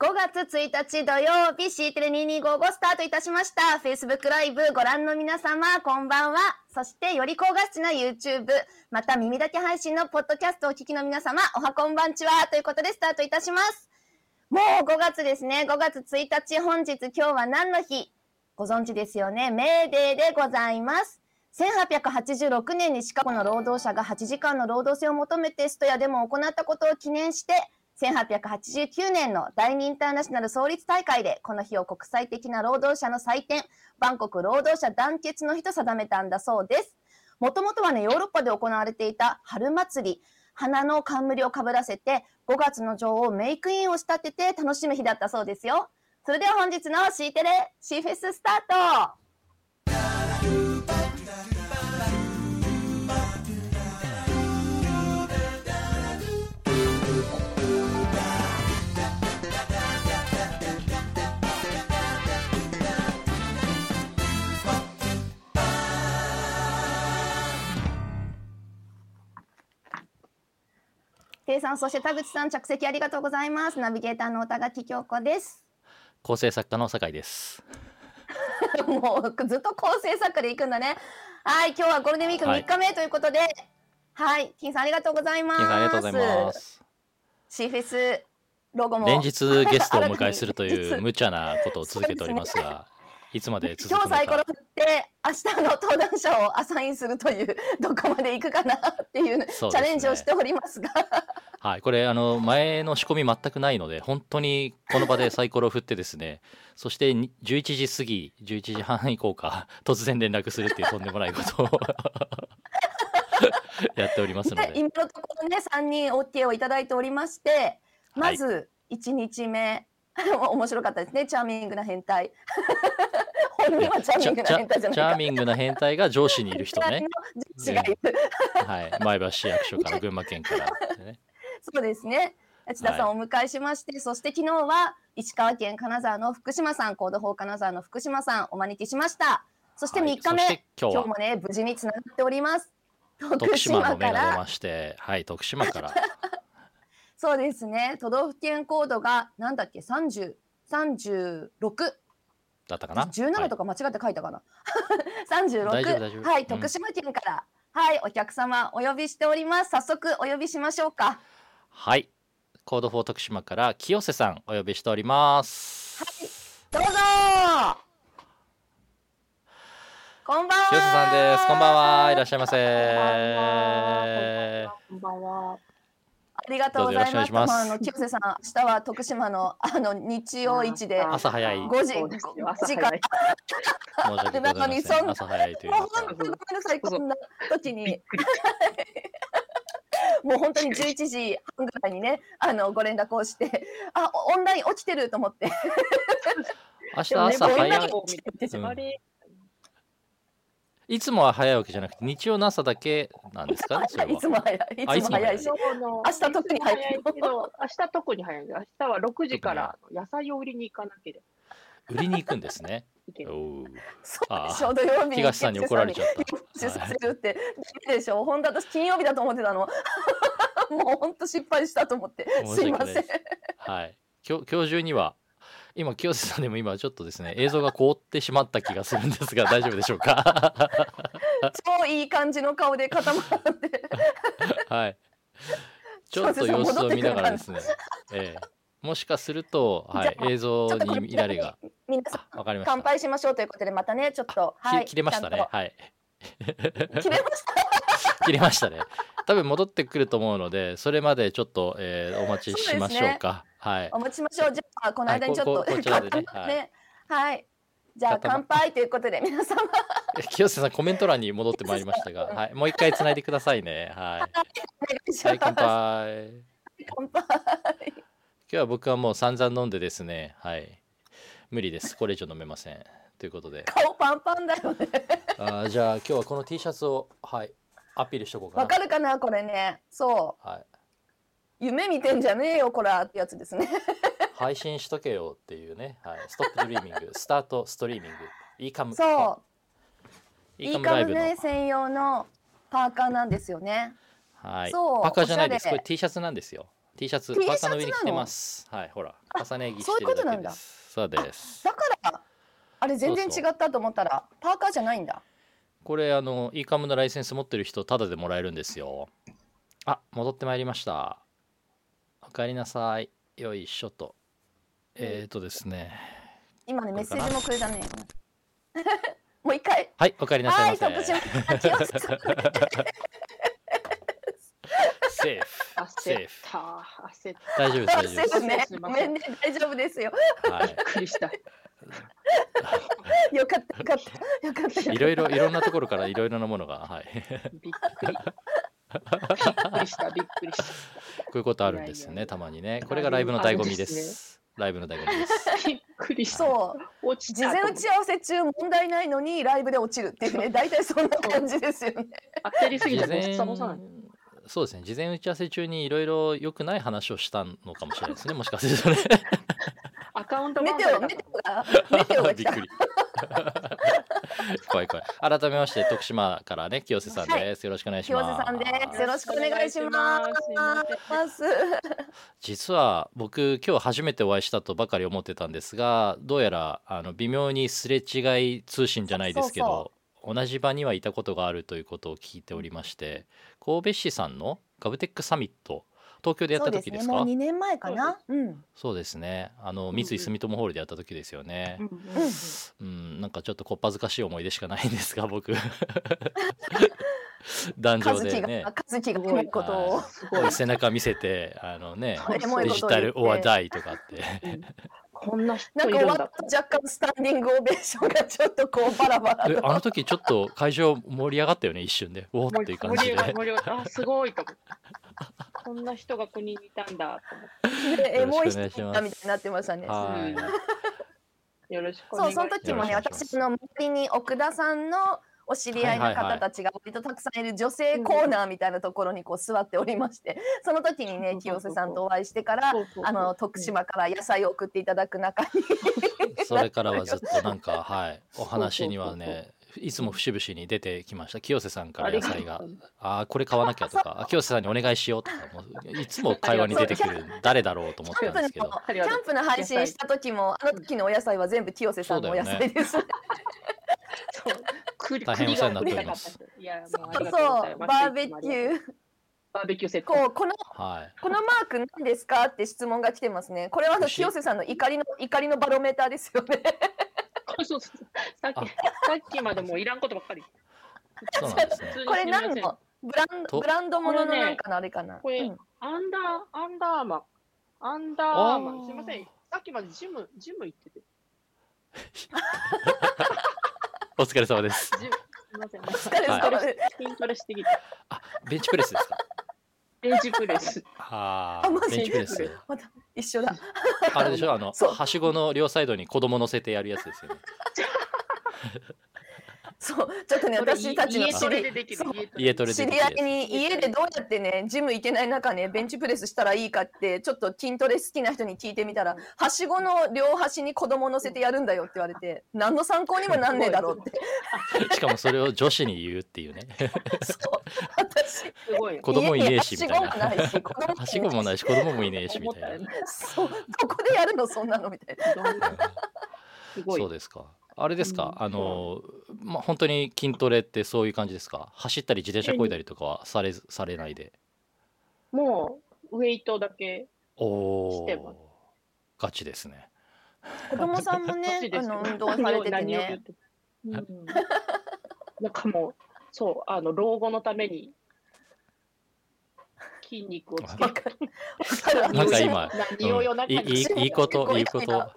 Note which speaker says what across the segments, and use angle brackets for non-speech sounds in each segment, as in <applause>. Speaker 1: 5月1日土曜日 C テレ2255スタートいたしました Facebook ライブご覧の皆様こんばんはそしてより高画質な YouTube また耳だけ配信のポッドキャストをお聞きの皆様おはこんばんちはということでスタートいたしますもう5月ですね5月1日本日今日は何の日ご存知ですよねメーデーでございます1886年にシカゴの労働者が8時間の労働制を求めてストやデモを行ったことを記念して1889年の第二インターナショナル創立大会でこの日を国際的な労働者の祭典万国労働者団結の日と定めたんだそうですもともとはねヨーロッパで行われていた春祭り花の冠をかぶらせて5月の女王メイクインを仕立てて楽しむ日だったそうですよそれでは本日の C テレ C フェススタートていさん、そして田口さん、着席ありがとうございます。ナビゲーターの歌垣京子です。
Speaker 2: 構成作家の酒井です。
Speaker 1: もうずっと構成作家で行くんだね。はい、今日はゴールデンウィーク
Speaker 2: はい
Speaker 1: 3日目ということで、はい、金さんありがとうございます。
Speaker 2: 金さんありがとうございます。
Speaker 1: シーフェスロゴも
Speaker 2: 連日ゲストをお迎えすると
Speaker 1: 新た
Speaker 2: い
Speaker 1: に
Speaker 2: う無茶なことを続けておりますが、いつまで続
Speaker 1: 今
Speaker 2: く
Speaker 1: 日
Speaker 2: のか
Speaker 1: サイコロ振って明日の登壇者をアサインするというどこまで行くかなっていうチ
Speaker 2: そうですね
Speaker 1: ャレンジをしておりますが、
Speaker 2: はい、これあの前の仕込み全くないので本当にこの場でサイコロを振ってですねそしてに11時過ぎ11時半以降か突然連絡するっていうとんでもないことを <laughs> やっておりますの
Speaker 1: で
Speaker 2: で
Speaker 1: 今のところね3人 OK をいただいておりましてまず1日目、 <laughs> 面白かったですねチャーミングな変態 <laughs> 本人はチャーミングな変態じゃない
Speaker 2: チ
Speaker 1: か
Speaker 2: ャーミングな変態が上司にいる
Speaker 1: <laughs>
Speaker 2: 人ね、
Speaker 1: 違いる。
Speaker 2: はい、前橋市役所から群馬県からですね、
Speaker 1: そうですね。千田さんをお迎えしまして、そして昨日は石川県金沢の福島さん、コード法金沢の福島さんお招きしました。そして3
Speaker 2: はい
Speaker 1: 日目、
Speaker 2: そして今日
Speaker 1: 今
Speaker 2: は
Speaker 1: 日もね無事につながっております。
Speaker 2: 徳
Speaker 1: 徳
Speaker 2: 島
Speaker 1: 島
Speaker 2: の
Speaker 1: か
Speaker 2: 目が出
Speaker 1: ら
Speaker 2: まして、はい、徳島から。
Speaker 1: そうですね。都道府県コードがなんだっけ三十三十六
Speaker 2: だったかな。
Speaker 1: <laughs> 十七とか間違って書いたかな。 <laughs> 三十六
Speaker 2: 大丈夫大丈夫
Speaker 1: は
Speaker 2: う
Speaker 1: い
Speaker 2: ん
Speaker 1: 徳島県から、はいお客様お呼びしております。早速お呼びしましょうか。
Speaker 2: はい。はい。コードフォー徳島から清瀬さんお呼びしております。
Speaker 1: どうぞこんばんは
Speaker 2: 清瀬さんです。こんばんは。いらっ
Speaker 1: し
Speaker 2: しゃいませ。
Speaker 3: こんばんは。
Speaker 1: ゃありがとうございます
Speaker 2: どうぞよろしくお願いします
Speaker 1: あの清瀬さん明日は徳島のあの日曜市で
Speaker 2: あ朝早い
Speaker 3: そうですよ朝早
Speaker 2: 申
Speaker 3: い。
Speaker 2: し訳ございま
Speaker 1: な
Speaker 2: せ
Speaker 1: のにそん
Speaker 2: ん。
Speaker 1: な
Speaker 2: 朝早いという
Speaker 1: もう
Speaker 2: か。
Speaker 1: 本当にごめんなさいこんな時
Speaker 3: び
Speaker 1: に
Speaker 3: っくり。
Speaker 1: もう本当に11時半ぐらいにねあのご連絡をしてあオンライン起きてると思って
Speaker 2: 明日朝
Speaker 1: でもね
Speaker 2: 早
Speaker 1: み
Speaker 2: い
Speaker 1: ん。
Speaker 2: うんいつもは早いわけじゃなくて、日曜の朝だけなんですかね。それ
Speaker 1: <laughs>
Speaker 2: はい
Speaker 1: つも早い
Speaker 2: あ
Speaker 1: いつも早いし
Speaker 2: いつも
Speaker 3: 明
Speaker 1: 明日特に早い
Speaker 3: けど、明日特に早いけど。明日は6時から野菜を売りに行かなければ
Speaker 2: 売りに行くんですね。
Speaker 3: いけない。
Speaker 2: おう
Speaker 1: そうでし
Speaker 2: あ
Speaker 1: ょ土曜日に
Speaker 2: 東さんに怒られちゃ
Speaker 1: <laughs>
Speaker 2: った
Speaker 1: 出世させるってダメでしょ本当私金曜日だと思ってたのもう本当失敗したと思って
Speaker 2: 申
Speaker 1: すい
Speaker 2: し
Speaker 1: ま
Speaker 2: 訳な
Speaker 1: せ
Speaker 2: いで
Speaker 1: ん
Speaker 2: すはい。今日今日中には今清瀬さんでも今ちょっとですね映像が凍ってしまった気がするんですが大丈夫でしょうか。 <laughs>
Speaker 1: 超いい感じの顔で固まって
Speaker 2: はい。ちょっと様子を見ながらですね。ええ、もしかすると、は
Speaker 1: じゃ
Speaker 2: い、
Speaker 1: あ
Speaker 2: 映像
Speaker 1: ちょっとこ
Speaker 2: に
Speaker 1: ち
Speaker 2: 乱
Speaker 1: ら
Speaker 2: れ
Speaker 1: に
Speaker 2: が。
Speaker 1: 皆さん
Speaker 2: あ、わかりました。
Speaker 1: 乾杯しましょうということでまたねちょっと
Speaker 2: き
Speaker 1: はい
Speaker 2: 切れました
Speaker 1: ちゃ
Speaker 2: ね
Speaker 1: ん。と
Speaker 2: はい。
Speaker 1: 切れました
Speaker 2: 切れましたね。多分戻ってくると思うので、それまでちょっと、えー、お待ちしましょうか。はい。
Speaker 1: お待ちしましょうじゃあこの間にちょっと
Speaker 2: はいこここちらでねはい
Speaker 1: ねはいじゃあ
Speaker 2: 固ま
Speaker 1: 乾杯ということで皆様
Speaker 2: 清瀬さん、コメント欄に戻ってまいりま
Speaker 1: <laughs>
Speaker 2: したが、はい、もう一回繋いでくださいね。はい。
Speaker 1: お願いし
Speaker 2: はい、乾
Speaker 1: ます
Speaker 2: 杯。
Speaker 1: 乾杯
Speaker 2: 今日は僕はもう散々飲んでですね、はい。無理です。これ以上飲めません。ということで。
Speaker 1: 顔パンパンだよね
Speaker 2: あーじゃあ今日はこの T シャツをはいアピールしとこうかな。
Speaker 1: わかるかなこれねそ
Speaker 2: はい。
Speaker 1: う夢見てんじゃねえよこらってやつですね
Speaker 2: 配信しとけよっていうね。はい。ストップドリーミング、スタートストリーミング、イーカム。
Speaker 1: そう
Speaker 2: うイ
Speaker 1: イ
Speaker 2: ー
Speaker 1: ー
Speaker 2: カムラ
Speaker 1: カ
Speaker 2: イ
Speaker 1: ム
Speaker 2: ブの。
Speaker 1: ね専用のパーカーなんですよね。
Speaker 2: はい。
Speaker 1: そう
Speaker 2: パーカーじゃないで
Speaker 1: おし
Speaker 2: す。こ
Speaker 1: ゃれ
Speaker 2: れ T シャツなんですよ。 T シャツ
Speaker 1: T
Speaker 2: パーカーの上
Speaker 1: シ
Speaker 2: に
Speaker 1: ャツ
Speaker 2: 着
Speaker 1: な
Speaker 2: て
Speaker 1: の
Speaker 2: ますはいほら重ね着
Speaker 1: そう
Speaker 2: し
Speaker 1: い
Speaker 2: て
Speaker 1: うこ
Speaker 2: る
Speaker 1: とな
Speaker 2: だ
Speaker 1: ん
Speaker 2: け
Speaker 1: だ
Speaker 2: ですそうです
Speaker 1: だからあれ全然
Speaker 2: そ
Speaker 1: 違
Speaker 2: うそう
Speaker 1: ったと思ったらパーカーじゃないんだ
Speaker 2: これあの e カムのライセンス持ってる人タダでもらえるんですよあ戻ってまいりましたおかえりなさいよいしょとえっ、ー、とですね
Speaker 1: 今ねメッセー
Speaker 2: こ
Speaker 1: ジ
Speaker 2: れかな
Speaker 1: もくれたね <laughs> もう一回
Speaker 2: はいおかえりなさ
Speaker 1: はい
Speaker 2: ま
Speaker 1: い
Speaker 2: せ
Speaker 1: 徳島明夫さん
Speaker 2: セーフ
Speaker 3: 焦った。焦っ
Speaker 2: <laughs> 大丈夫です大丈夫
Speaker 1: そ
Speaker 2: で
Speaker 1: うですね
Speaker 2: す、
Speaker 3: すい
Speaker 1: ご
Speaker 3: ま
Speaker 1: め
Speaker 3: せん
Speaker 1: んね大丈夫ですよ
Speaker 2: は
Speaker 3: た。びっくりした。
Speaker 1: よかったよかったよかったよかった
Speaker 2: い、いろいろいろんなところからいろいろなものがはい
Speaker 3: びっくり。びっくりした。びっくりした。
Speaker 2: こういうことあるんですよ
Speaker 3: いやい
Speaker 2: ね、
Speaker 3: や
Speaker 2: たまにね。これがライブの醍醐味です。ライブの醍醐味です。
Speaker 3: びっくりした。
Speaker 1: そう
Speaker 3: 落ち
Speaker 1: 事
Speaker 3: た
Speaker 1: 前
Speaker 3: と
Speaker 1: 打
Speaker 3: 思って。
Speaker 1: ち合わせ中問題ないのにライブで落ちるっていうね
Speaker 2: <laughs>
Speaker 1: 大体そんな感じですよね
Speaker 3: 焦りすぎ
Speaker 2: 事
Speaker 3: ても
Speaker 2: 前
Speaker 3: うサボさない。
Speaker 2: そうですね、事前打ち合わせ中にいろいろ良くない話をしたのかもしれないですね、もしかするとね。
Speaker 3: アカウント
Speaker 1: メ
Speaker 3: 番号
Speaker 1: テ
Speaker 2: <laughs>
Speaker 1: オメテオがメテオが
Speaker 2: び
Speaker 1: 来
Speaker 2: ったくり。怖い怖い。改めまして、徳島からね、清瀬さんです。よろしくお願いし
Speaker 1: 清
Speaker 2: ま
Speaker 1: 瀬
Speaker 2: す。
Speaker 1: さんですよろしくお願いしま
Speaker 3: よろしくお願いし
Speaker 1: す
Speaker 2: 実は僕今日初めてお会いしたとばかり思ってたんですがどうやらあの微妙にすれ違い通信じゃないですけど同じ場にはいたことがあるということを聞いておりまして神戸市さんのガブテックサミット東京でやっ
Speaker 1: そう
Speaker 2: た
Speaker 1: で
Speaker 2: 時
Speaker 1: す
Speaker 2: で
Speaker 1: ね
Speaker 2: す
Speaker 1: も
Speaker 2: か
Speaker 1: う2年前かなうん
Speaker 2: そうですねあの
Speaker 3: ん
Speaker 2: 三井住友ホールでやった時ですよね
Speaker 3: うんうん
Speaker 1: うん
Speaker 2: うんなんかちょっとこっぱずかしい思い出しかないんですが
Speaker 1: <laughs>
Speaker 2: 僕壇
Speaker 1: 和
Speaker 2: 上で
Speaker 1: 樹
Speaker 2: ね
Speaker 1: が和樹がこういうことを
Speaker 3: すごい
Speaker 2: はい背中見せてあのね
Speaker 1: エモい
Speaker 2: デ
Speaker 1: こ
Speaker 2: ジ
Speaker 1: とを言
Speaker 2: タ
Speaker 1: って
Speaker 2: ルオアダイとかって。
Speaker 3: うんこんな
Speaker 1: な
Speaker 3: 人
Speaker 1: ん
Speaker 3: い
Speaker 1: か終
Speaker 3: るん
Speaker 1: わ
Speaker 3: だ
Speaker 1: っ。た若干スタンディングオベーションがちょっとこうバラバラ
Speaker 2: え
Speaker 1: と
Speaker 2: あの時ちょっと会場盛り上がったよね一瞬でおおっていう感じ
Speaker 3: 盛
Speaker 2: で
Speaker 3: り上が盛り上があすごいと思って。こんな人が国にいたんだと思っ
Speaker 1: でエ
Speaker 2: よろしく
Speaker 1: モ
Speaker 2: お願
Speaker 1: い人み
Speaker 2: いします
Speaker 1: たいになってましたね
Speaker 2: はい
Speaker 3: て。よろしくお願
Speaker 1: そ
Speaker 3: いうしま
Speaker 1: その。
Speaker 3: す
Speaker 1: 時もね
Speaker 2: よろし
Speaker 1: 私
Speaker 2: くお願いします
Speaker 1: の周りに奥田さんのお知り合いの方たちが割とたくさんいる女性コーナーみたいなところにこう座っておりましてその時にね
Speaker 3: そうそうそ
Speaker 1: 清
Speaker 3: う
Speaker 1: 瀬さんとお会いしてから
Speaker 3: そうそうそう
Speaker 1: あの徳島から野菜を送っていただく中に
Speaker 2: それからはずっとな
Speaker 1: <laughs>
Speaker 2: んかはいお話にはねいつも節々に出てきました清瀬さんから野菜があーこれ買わなきゃとかあ清瀬さんにお願いしようとかもういつも会話に出てくる誰だろうと思っ
Speaker 1: キャ
Speaker 2: た
Speaker 1: ン
Speaker 2: ん
Speaker 1: プ
Speaker 2: で
Speaker 1: の <laughs>
Speaker 2: すけ
Speaker 1: キ
Speaker 2: ど
Speaker 1: ャンプの配信した時もあの時のお野菜は全部清瀬さんのお野菜です、
Speaker 3: そう栗
Speaker 2: 大変お世話になっておりま。
Speaker 3: 栗が
Speaker 2: す
Speaker 3: 栗がいや
Speaker 1: そ
Speaker 3: もう
Speaker 1: う
Speaker 3: あ
Speaker 1: そう
Speaker 3: りがとうございます
Speaker 1: バーベキ
Speaker 3: いつもあ
Speaker 1: ュ
Speaker 3: りがとう
Speaker 1: ー
Speaker 3: バーベキューセット。
Speaker 1: こうこの
Speaker 2: はい
Speaker 1: このマーク何ですかって質問が来てますねこれはあの
Speaker 2: 牛
Speaker 1: 清瀬さんの怒りの怒りのバロメーターですよね
Speaker 3: そうそうそうさっき
Speaker 2: あ
Speaker 3: さっきまでもういらんことばっかり。
Speaker 2: そうなんですね
Speaker 3: 普通に
Speaker 1: これ
Speaker 3: すみま
Speaker 1: 何
Speaker 3: せん
Speaker 1: のブランド
Speaker 2: と
Speaker 1: ブランドものの
Speaker 3: これね
Speaker 1: なんかのあれかな。
Speaker 3: これ
Speaker 1: うん
Speaker 3: アンダー、アンダーアーマン。アンダーアーマン。すみません。さっきまでジム、ジム行ってて。
Speaker 2: お疲れ様です
Speaker 3: ジムすみません。
Speaker 1: 疲れ様です
Speaker 3: 筋トレしてきて。
Speaker 2: あ <laughs> ベンチプレスですか
Speaker 3: レジプレス。
Speaker 2: あ
Speaker 1: あマ
Speaker 2: ー
Speaker 1: ジ
Speaker 2: ベンチプレス
Speaker 1: また一緒だ。
Speaker 2: あれでしょあの
Speaker 1: そう
Speaker 2: はしごの両サイドに子供乗せてやるやつですよね
Speaker 1: そうちょっとね
Speaker 3: これ
Speaker 1: 私たちの
Speaker 3: 家
Speaker 1: 知
Speaker 3: トレ
Speaker 1: り
Speaker 3: でできる
Speaker 1: そう。
Speaker 2: <laughs> 家トレ
Speaker 1: 知
Speaker 2: ででき
Speaker 1: り
Speaker 2: る
Speaker 1: 合
Speaker 2: やつ
Speaker 1: いに家でどうやってねジム行けない中ねベンチプレスしたらいいかってちょっと筋トレ好きな人に聞いてみたらはしごの両端に子供乗せてやるんだよって言われて何の参考にもなんねえだろうって
Speaker 2: しかもそれを女子に言うっていうね
Speaker 1: そう私
Speaker 3: すごいよ。
Speaker 2: 子供いねえし
Speaker 1: 家
Speaker 2: み
Speaker 1: に
Speaker 2: たいな
Speaker 1: はしごもないし子供もいないし
Speaker 2: はしごもないし子供もいねえしみ
Speaker 3: 思った
Speaker 2: いな <laughs>
Speaker 3: たよね。
Speaker 1: そうどこでやるのそんなのみたいな。
Speaker 3: すごい。
Speaker 2: そうですかあれですか、
Speaker 3: うん
Speaker 2: あのまあ本当に筋トレってそういう感じですか走ったり自転車こいだりとかはされずされないで
Speaker 3: もう、ウェイトだけ。
Speaker 2: お
Speaker 3: してます
Speaker 2: おガチですね
Speaker 1: 子供さんも
Speaker 3: ガ
Speaker 1: ね
Speaker 3: チ
Speaker 1: あ
Speaker 3: です
Speaker 1: の運動されてて
Speaker 3: 何を言
Speaker 1: ね
Speaker 3: っ。てうんなんかもう、そう、あの、老後のために、筋肉をつけ
Speaker 1: わ
Speaker 3: て
Speaker 1: かるわかる
Speaker 2: なんか今、
Speaker 3: 何を夜
Speaker 2: うんい
Speaker 3: 中に
Speaker 2: いいいいこといいこ
Speaker 1: すごいな
Speaker 2: と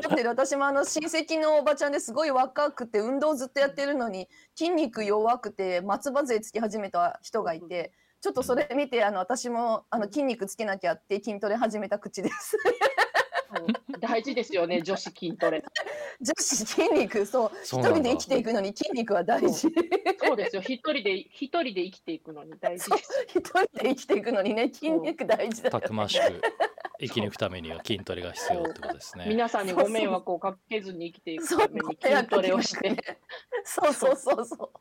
Speaker 1: だって私もあの親戚のおばちゃんですごい若くて運動ずっとやってるのに筋肉弱くて松葉杖つき始めた人がいてちょっとそれ見てあの私もあの筋肉つけなきゃって筋トレ始めた口です <laughs>
Speaker 3: うん大事ですよね、女子筋トレ。
Speaker 1: 女子筋肉そう
Speaker 2: そ
Speaker 1: 一
Speaker 2: うな
Speaker 1: 人
Speaker 2: ん
Speaker 1: で
Speaker 2: だ
Speaker 1: 生きていくのに筋肉は大事
Speaker 3: そうですよ、一人で、一人で生きていくのに大事です。
Speaker 1: 一人で生きていくのにね筋肉大事だ
Speaker 2: た
Speaker 1: よ
Speaker 2: くましく生き抜くためには筋トレが必要ってことですね
Speaker 3: 皆さんにご迷惑をかけずに生きていく
Speaker 1: そう
Speaker 3: ために筋トレをして、
Speaker 1: そうそうそうそう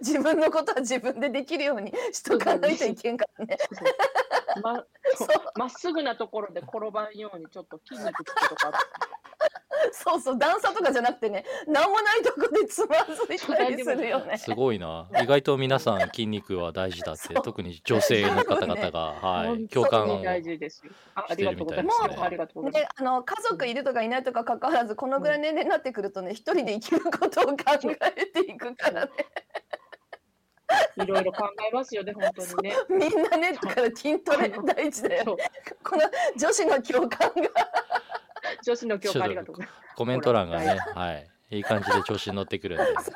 Speaker 1: 自分のことは自分でできるようにしとかないといけんからね
Speaker 3: そうま、
Speaker 1: そう
Speaker 3: まっすぐなところで転ばんようにちょっと筋肉つけとか
Speaker 1: そうそう段差とかじゃなくてねなんもないとこでつまずいたりするよね
Speaker 2: すごいな意外と皆さん筋肉は大事だって
Speaker 1: そう
Speaker 2: 特に女性の方々が、は
Speaker 3: 本
Speaker 2: い、
Speaker 3: 当
Speaker 2: 共感を
Speaker 3: に大事ですよあありがとうございま
Speaker 1: して
Speaker 3: す
Speaker 1: るみたいですね
Speaker 3: ありがとうござい
Speaker 1: であの家族いるとかいないとか関わらずこのぐらいの年齢になってくるとね一人で生きることを考えていくからね
Speaker 3: ますいろいろ考えますよね本当にね
Speaker 1: みんなねだから筋トレ大事だよ
Speaker 3: そう
Speaker 1: この女子の共感が
Speaker 3: 女子の教科ありがとうござい
Speaker 2: コメント欄がね、はい、いい感じで調子に乗ってくるんで
Speaker 3: <laughs> ます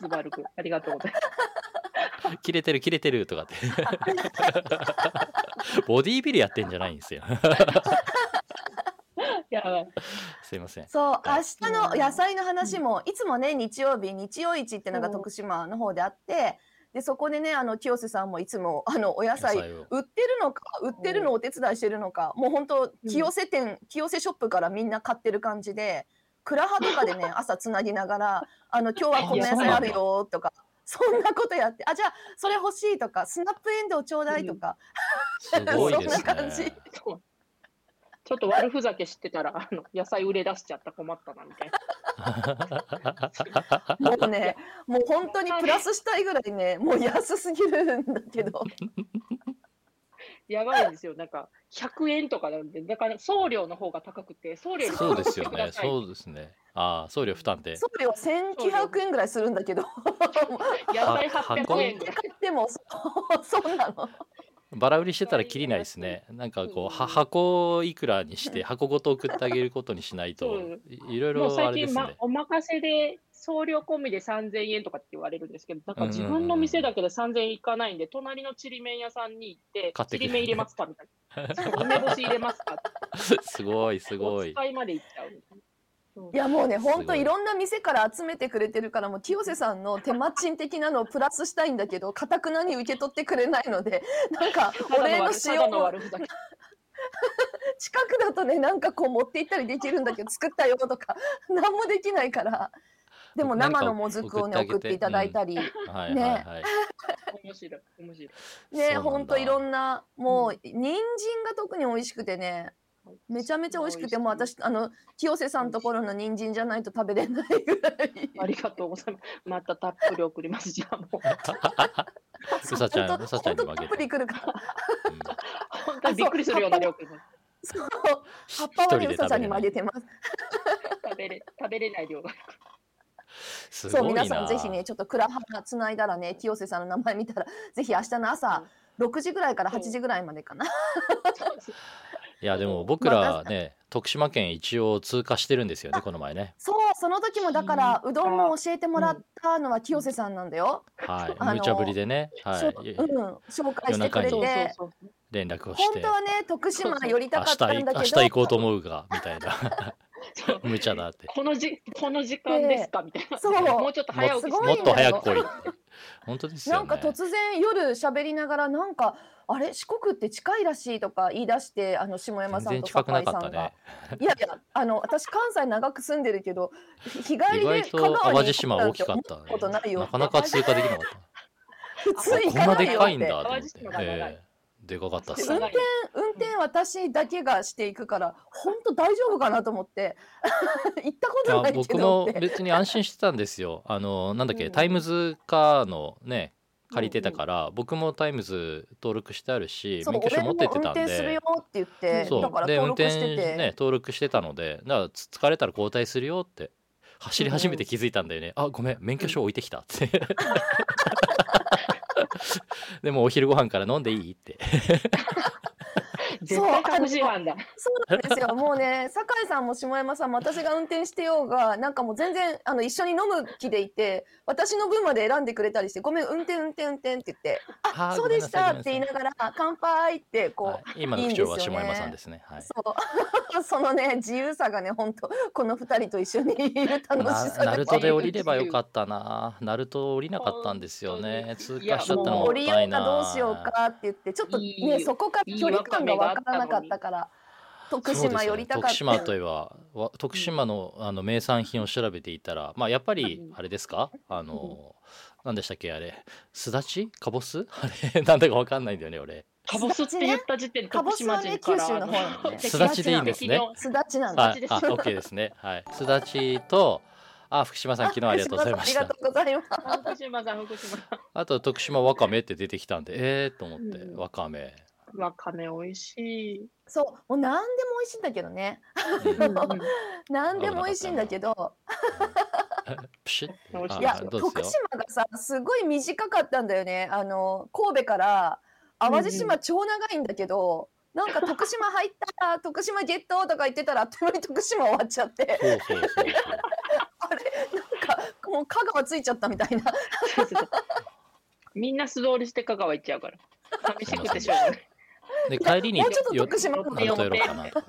Speaker 3: 毎日悪くありがとうございます
Speaker 2: 切れてる切れてるとかって
Speaker 1: <laughs>
Speaker 2: ボディービルやってんじゃないんですよ
Speaker 3: やばい
Speaker 2: すいません
Speaker 1: そう明日の野菜の話もいつもね日曜日日曜市ってのが徳島の方であってでそこでねあの清瀬さんもいつもあのお野菜
Speaker 2: を
Speaker 1: 売ってるのか売ってるのお手伝いしてるのかもう本当清瀬店、清瀬ショップからみんな買ってる感じでクラハとかでね朝つなぎながら「 <laughs> あの今日はこの野菜あるよ」とかそんなことやって「あじゃあそれ欲しい」とか「スナップエンドウちょうだい」と <laughs> か、
Speaker 2: すごいです
Speaker 1: そんな感じ
Speaker 2: ね
Speaker 3: そうちょっと悪ふざけしてたらあの野菜売れ出しちゃった困ったなみたい
Speaker 1: も
Speaker 3: な
Speaker 1: うねもう本当にプラスしたいぐらいねもう安すぎるんだけど
Speaker 3: やばいんですよなんか100円とかなんでだから送料の方が高くて送料に
Speaker 2: <laughs> そうです
Speaker 1: <laughs>
Speaker 2: よ
Speaker 3: 気をつけてく
Speaker 2: ね
Speaker 3: ださい
Speaker 2: そうですねああ送料負担で
Speaker 1: 送料1900円ぐらいするんだけど
Speaker 3: 野菜
Speaker 2: は
Speaker 3: 800円ぐらい
Speaker 1: でも <laughs> そうそうなの。
Speaker 2: バラ売りしてたらきりないですねなんかこうは箱いくらにして箱ごと送ってあげることにしないと
Speaker 3: そう
Speaker 2: いいろいろ
Speaker 3: もう
Speaker 2: あ
Speaker 3: 最
Speaker 2: れで
Speaker 3: 近、
Speaker 2: す
Speaker 3: ま
Speaker 2: ね、
Speaker 3: お任せで送料込みで3000円とかって言われるんですけど、だから自分の店だけで3000円いかないんで、隣のちりめん屋さんに行って
Speaker 2: 買っ、て
Speaker 3: ち
Speaker 2: くる
Speaker 3: りめん入れますかみたい
Speaker 2: <laughs>
Speaker 3: な。そう梅干し入れますかって
Speaker 2: すごいすご
Speaker 3: お
Speaker 2: い
Speaker 3: 使いまで行っちゃうみたいな。そう
Speaker 1: いやもうね、
Speaker 2: すごい
Speaker 1: ほんといろんな店から集めてくれてるから、もう清瀬さんの手間賃的なのをプラスしたいんだけど、かたくなに受け取ってくれないので、なんかお礼のし
Speaker 3: ただ
Speaker 1: よう
Speaker 3: の
Speaker 1: も
Speaker 3: 悪ふざけ
Speaker 1: 近くだとね、なんかこう持って行ったりできるんだけど、作ったよとか、なんもできないから。でも
Speaker 2: なんか
Speaker 1: 生のもずくをね、
Speaker 2: 送
Speaker 1: 送
Speaker 2: っ
Speaker 1: って
Speaker 2: あげて
Speaker 1: ていただいたり、
Speaker 2: はいはいはい、
Speaker 3: 面白い、面白
Speaker 2: そ
Speaker 3: い。
Speaker 2: うなん
Speaker 1: ね、
Speaker 2: だ
Speaker 1: ほんといろんな、も
Speaker 3: う
Speaker 1: う、人参が特に美味しくてね、めちゃめちゃ美味しくて、もう私、あの、清瀬さんところの人参じゃないと食べれないぐらい。
Speaker 3: ありがとうございます。またたっぷり送ります。じゃ
Speaker 1: <laughs>
Speaker 3: あもう、
Speaker 2: うさちゃん
Speaker 1: ほ
Speaker 2: うさちゃんに
Speaker 1: ほ
Speaker 2: もあ
Speaker 1: とたっ
Speaker 2: げて
Speaker 1: ぷりくるから。
Speaker 2: うん
Speaker 3: 本当にびっくりするような量送ります。
Speaker 1: そう葉っぱはね、うさちゃんにもあげてます。
Speaker 3: 食べれ、食べれない
Speaker 1: <laughs>
Speaker 3: 量が。
Speaker 2: す
Speaker 1: そ、
Speaker 2: ごいうな
Speaker 1: 皆さんぜひね、ちょっとクラハナつないだらね、清瀬さんの名前見たら、ぜひ明日の朝6時ぐらいから8時ぐらいまでかな。
Speaker 2: いやでも僕らね、徳島県一応通過してるんですよねこの前ね
Speaker 1: そう、その時もだから、うどんも教えてもらったのは清瀬さんなんだよ。
Speaker 2: はい
Speaker 1: あの
Speaker 2: 無茶ぶりでねは
Speaker 1: しょうん
Speaker 2: い、
Speaker 1: 紹介してくれ
Speaker 3: そうそう
Speaker 1: て。
Speaker 3: そう。
Speaker 2: 連絡をし
Speaker 1: 本
Speaker 2: て
Speaker 1: 当はね、徳島寄りた
Speaker 2: 明
Speaker 1: かっ
Speaker 2: 日
Speaker 1: た
Speaker 2: い
Speaker 1: んだ
Speaker 2: 明
Speaker 1: け
Speaker 2: 日
Speaker 1: ど、
Speaker 2: 行こうと思うがみたいな <laughs>
Speaker 3: そう
Speaker 2: 無茶だって
Speaker 3: このじこの時間ですかみたいな。
Speaker 1: そう
Speaker 3: もうちょっと早起き
Speaker 1: す
Speaker 3: し
Speaker 1: ご
Speaker 2: も
Speaker 1: い
Speaker 2: っ
Speaker 1: ね
Speaker 2: と早く来いって本当ですよ
Speaker 1: な
Speaker 2: ね
Speaker 1: んか突然夜喋りながら、なんか、あれ、四国って近いらしいとか言い出して、あの、下山
Speaker 2: 全
Speaker 1: さん
Speaker 2: 然
Speaker 1: と
Speaker 2: 近
Speaker 1: 酒
Speaker 2: くな
Speaker 1: 井
Speaker 2: か
Speaker 1: さ
Speaker 2: った
Speaker 1: んが
Speaker 2: ね。
Speaker 1: いやいや、あの、私関西長く住んでるけど、日帰
Speaker 2: 意
Speaker 1: りで香川に
Speaker 2: 外と淡路島は大きかっ
Speaker 1: 行
Speaker 2: た
Speaker 1: くことない
Speaker 2: ね
Speaker 1: よ
Speaker 2: なかなか通過できなかった
Speaker 1: 普通
Speaker 2: あ
Speaker 1: 行
Speaker 2: こん
Speaker 1: か
Speaker 2: な
Speaker 1: な
Speaker 2: で
Speaker 1: いよ
Speaker 2: かい
Speaker 1: っ
Speaker 2: んだ
Speaker 1: て
Speaker 2: と思って
Speaker 3: 淡路島が長い
Speaker 2: ええでかかったっす
Speaker 1: 運
Speaker 2: ね
Speaker 1: 転運転私だけがしていくから本当大丈夫かなと思って <laughs> 行ったこ
Speaker 2: いや
Speaker 1: とないけ
Speaker 2: 僕
Speaker 1: どっ
Speaker 2: も
Speaker 1: て
Speaker 2: 別に安心してたんですよ。あのなんだっけ、
Speaker 3: うん
Speaker 2: タイムズカーのね借りてたから、僕もタイムズ登録してあるし
Speaker 1: そう
Speaker 2: 免許証
Speaker 1: 俺
Speaker 2: 持
Speaker 1: も
Speaker 2: ってって
Speaker 1: 運
Speaker 2: たん
Speaker 1: 転する
Speaker 2: で
Speaker 1: よ。って言って
Speaker 2: そ
Speaker 1: だから
Speaker 2: うで運
Speaker 1: 登録
Speaker 2: 転
Speaker 1: してて、
Speaker 2: ね登録してたのでだからつ疲れたら交代するよって走り始めて気づいたんだよね、あごめん免許証置いてきたって <laughs> でもお昼ご飯から飲んでいいって
Speaker 3: 絶対確信犯だ。
Speaker 1: そうなんですよもうね酒井さんも下山さんも私が運転してようがなんかもう全然あの一緒に飲む気でいて私の分まで選んでくれたりして「ごめん運転運転運転」って言って「
Speaker 2: あ
Speaker 1: あ
Speaker 2: ー
Speaker 1: そうでした」って
Speaker 2: ごめ
Speaker 1: 言い
Speaker 2: んな
Speaker 1: ながら「乾杯」ってこう、
Speaker 2: はい今の口調は下山さんですねはい
Speaker 1: そう <laughs> そのね自由さがね本当この二人と一緒にいる楽し
Speaker 2: な
Speaker 1: さ
Speaker 2: ナ
Speaker 1: が
Speaker 2: ルトで降りればよかったなナルト降りなかったんですよね通過しちゃった
Speaker 1: も
Speaker 2: の
Speaker 1: う
Speaker 2: も
Speaker 1: 降
Speaker 2: っ
Speaker 1: りよ
Speaker 2: たいう
Speaker 1: か
Speaker 2: な
Speaker 1: どうしようかって言ってちょっとね
Speaker 3: いいよ
Speaker 1: そこから距離感が分からなかったから徳
Speaker 2: そうで
Speaker 1: 島
Speaker 2: すよ
Speaker 1: 寄
Speaker 2: ね
Speaker 1: りたかっ
Speaker 2: 徳島
Speaker 1: た
Speaker 2: といえばわ徳島のあの名産品を調べていたら、まあ、やっぱり
Speaker 3: うん
Speaker 2: あれですかあ <laughs> の何でしたっけあれすだちかぼすあれなんだかわかんないんだよね俺
Speaker 3: かぼすって言った時点で
Speaker 1: かぼ
Speaker 3: 徳
Speaker 1: すは
Speaker 3: 島
Speaker 1: ね
Speaker 3: 人
Speaker 1: 九
Speaker 3: か
Speaker 1: 州の
Speaker 3: ら
Speaker 1: 方なんでね
Speaker 2: すだちでいいんですね
Speaker 1: すだちなんだ
Speaker 2: あ、あ、
Speaker 3: すだちです
Speaker 2: OK ですね。はい。すだちと、あ、福島さん、昨日ありがとうございまし
Speaker 1: あり
Speaker 2: た
Speaker 1: が。とうございます
Speaker 3: あ福島さん福島さ
Speaker 2: あと、徳島わかめって出てきたんで、えーと思って、
Speaker 3: うん
Speaker 2: わかめ。
Speaker 3: んわかめ美味しい、
Speaker 1: そうもう何でも美味しいんだけどね
Speaker 2: うん
Speaker 3: うん
Speaker 1: 何でも美味しいんだけど
Speaker 2: プシュ
Speaker 3: 美味し
Speaker 2: ッ。
Speaker 3: い
Speaker 1: い
Speaker 2: あ
Speaker 1: や
Speaker 2: どうです
Speaker 1: 徳
Speaker 2: よ
Speaker 1: 島がさすごい短かったんだよねあの神戸から淡路
Speaker 3: うんう
Speaker 1: 島超長いんだけど、なんか徳島入った <laughs> 徳島ゲットとか言ってたらあっという間に徳島終わっちゃって
Speaker 2: そうそうそうそう。
Speaker 1: あれなんかもう香川ついちゃったみたいな
Speaker 3: そうそうそうみんな素通りして香川行っちゃうから寂しくてしょうがない
Speaker 2: で、帰り
Speaker 1: <laughs>
Speaker 2: に
Speaker 1: もうちょっと
Speaker 2: よ
Speaker 1: 徳島の方
Speaker 2: な
Speaker 1: が
Speaker 2: んとやろうかな
Speaker 3: うん
Speaker 2: と。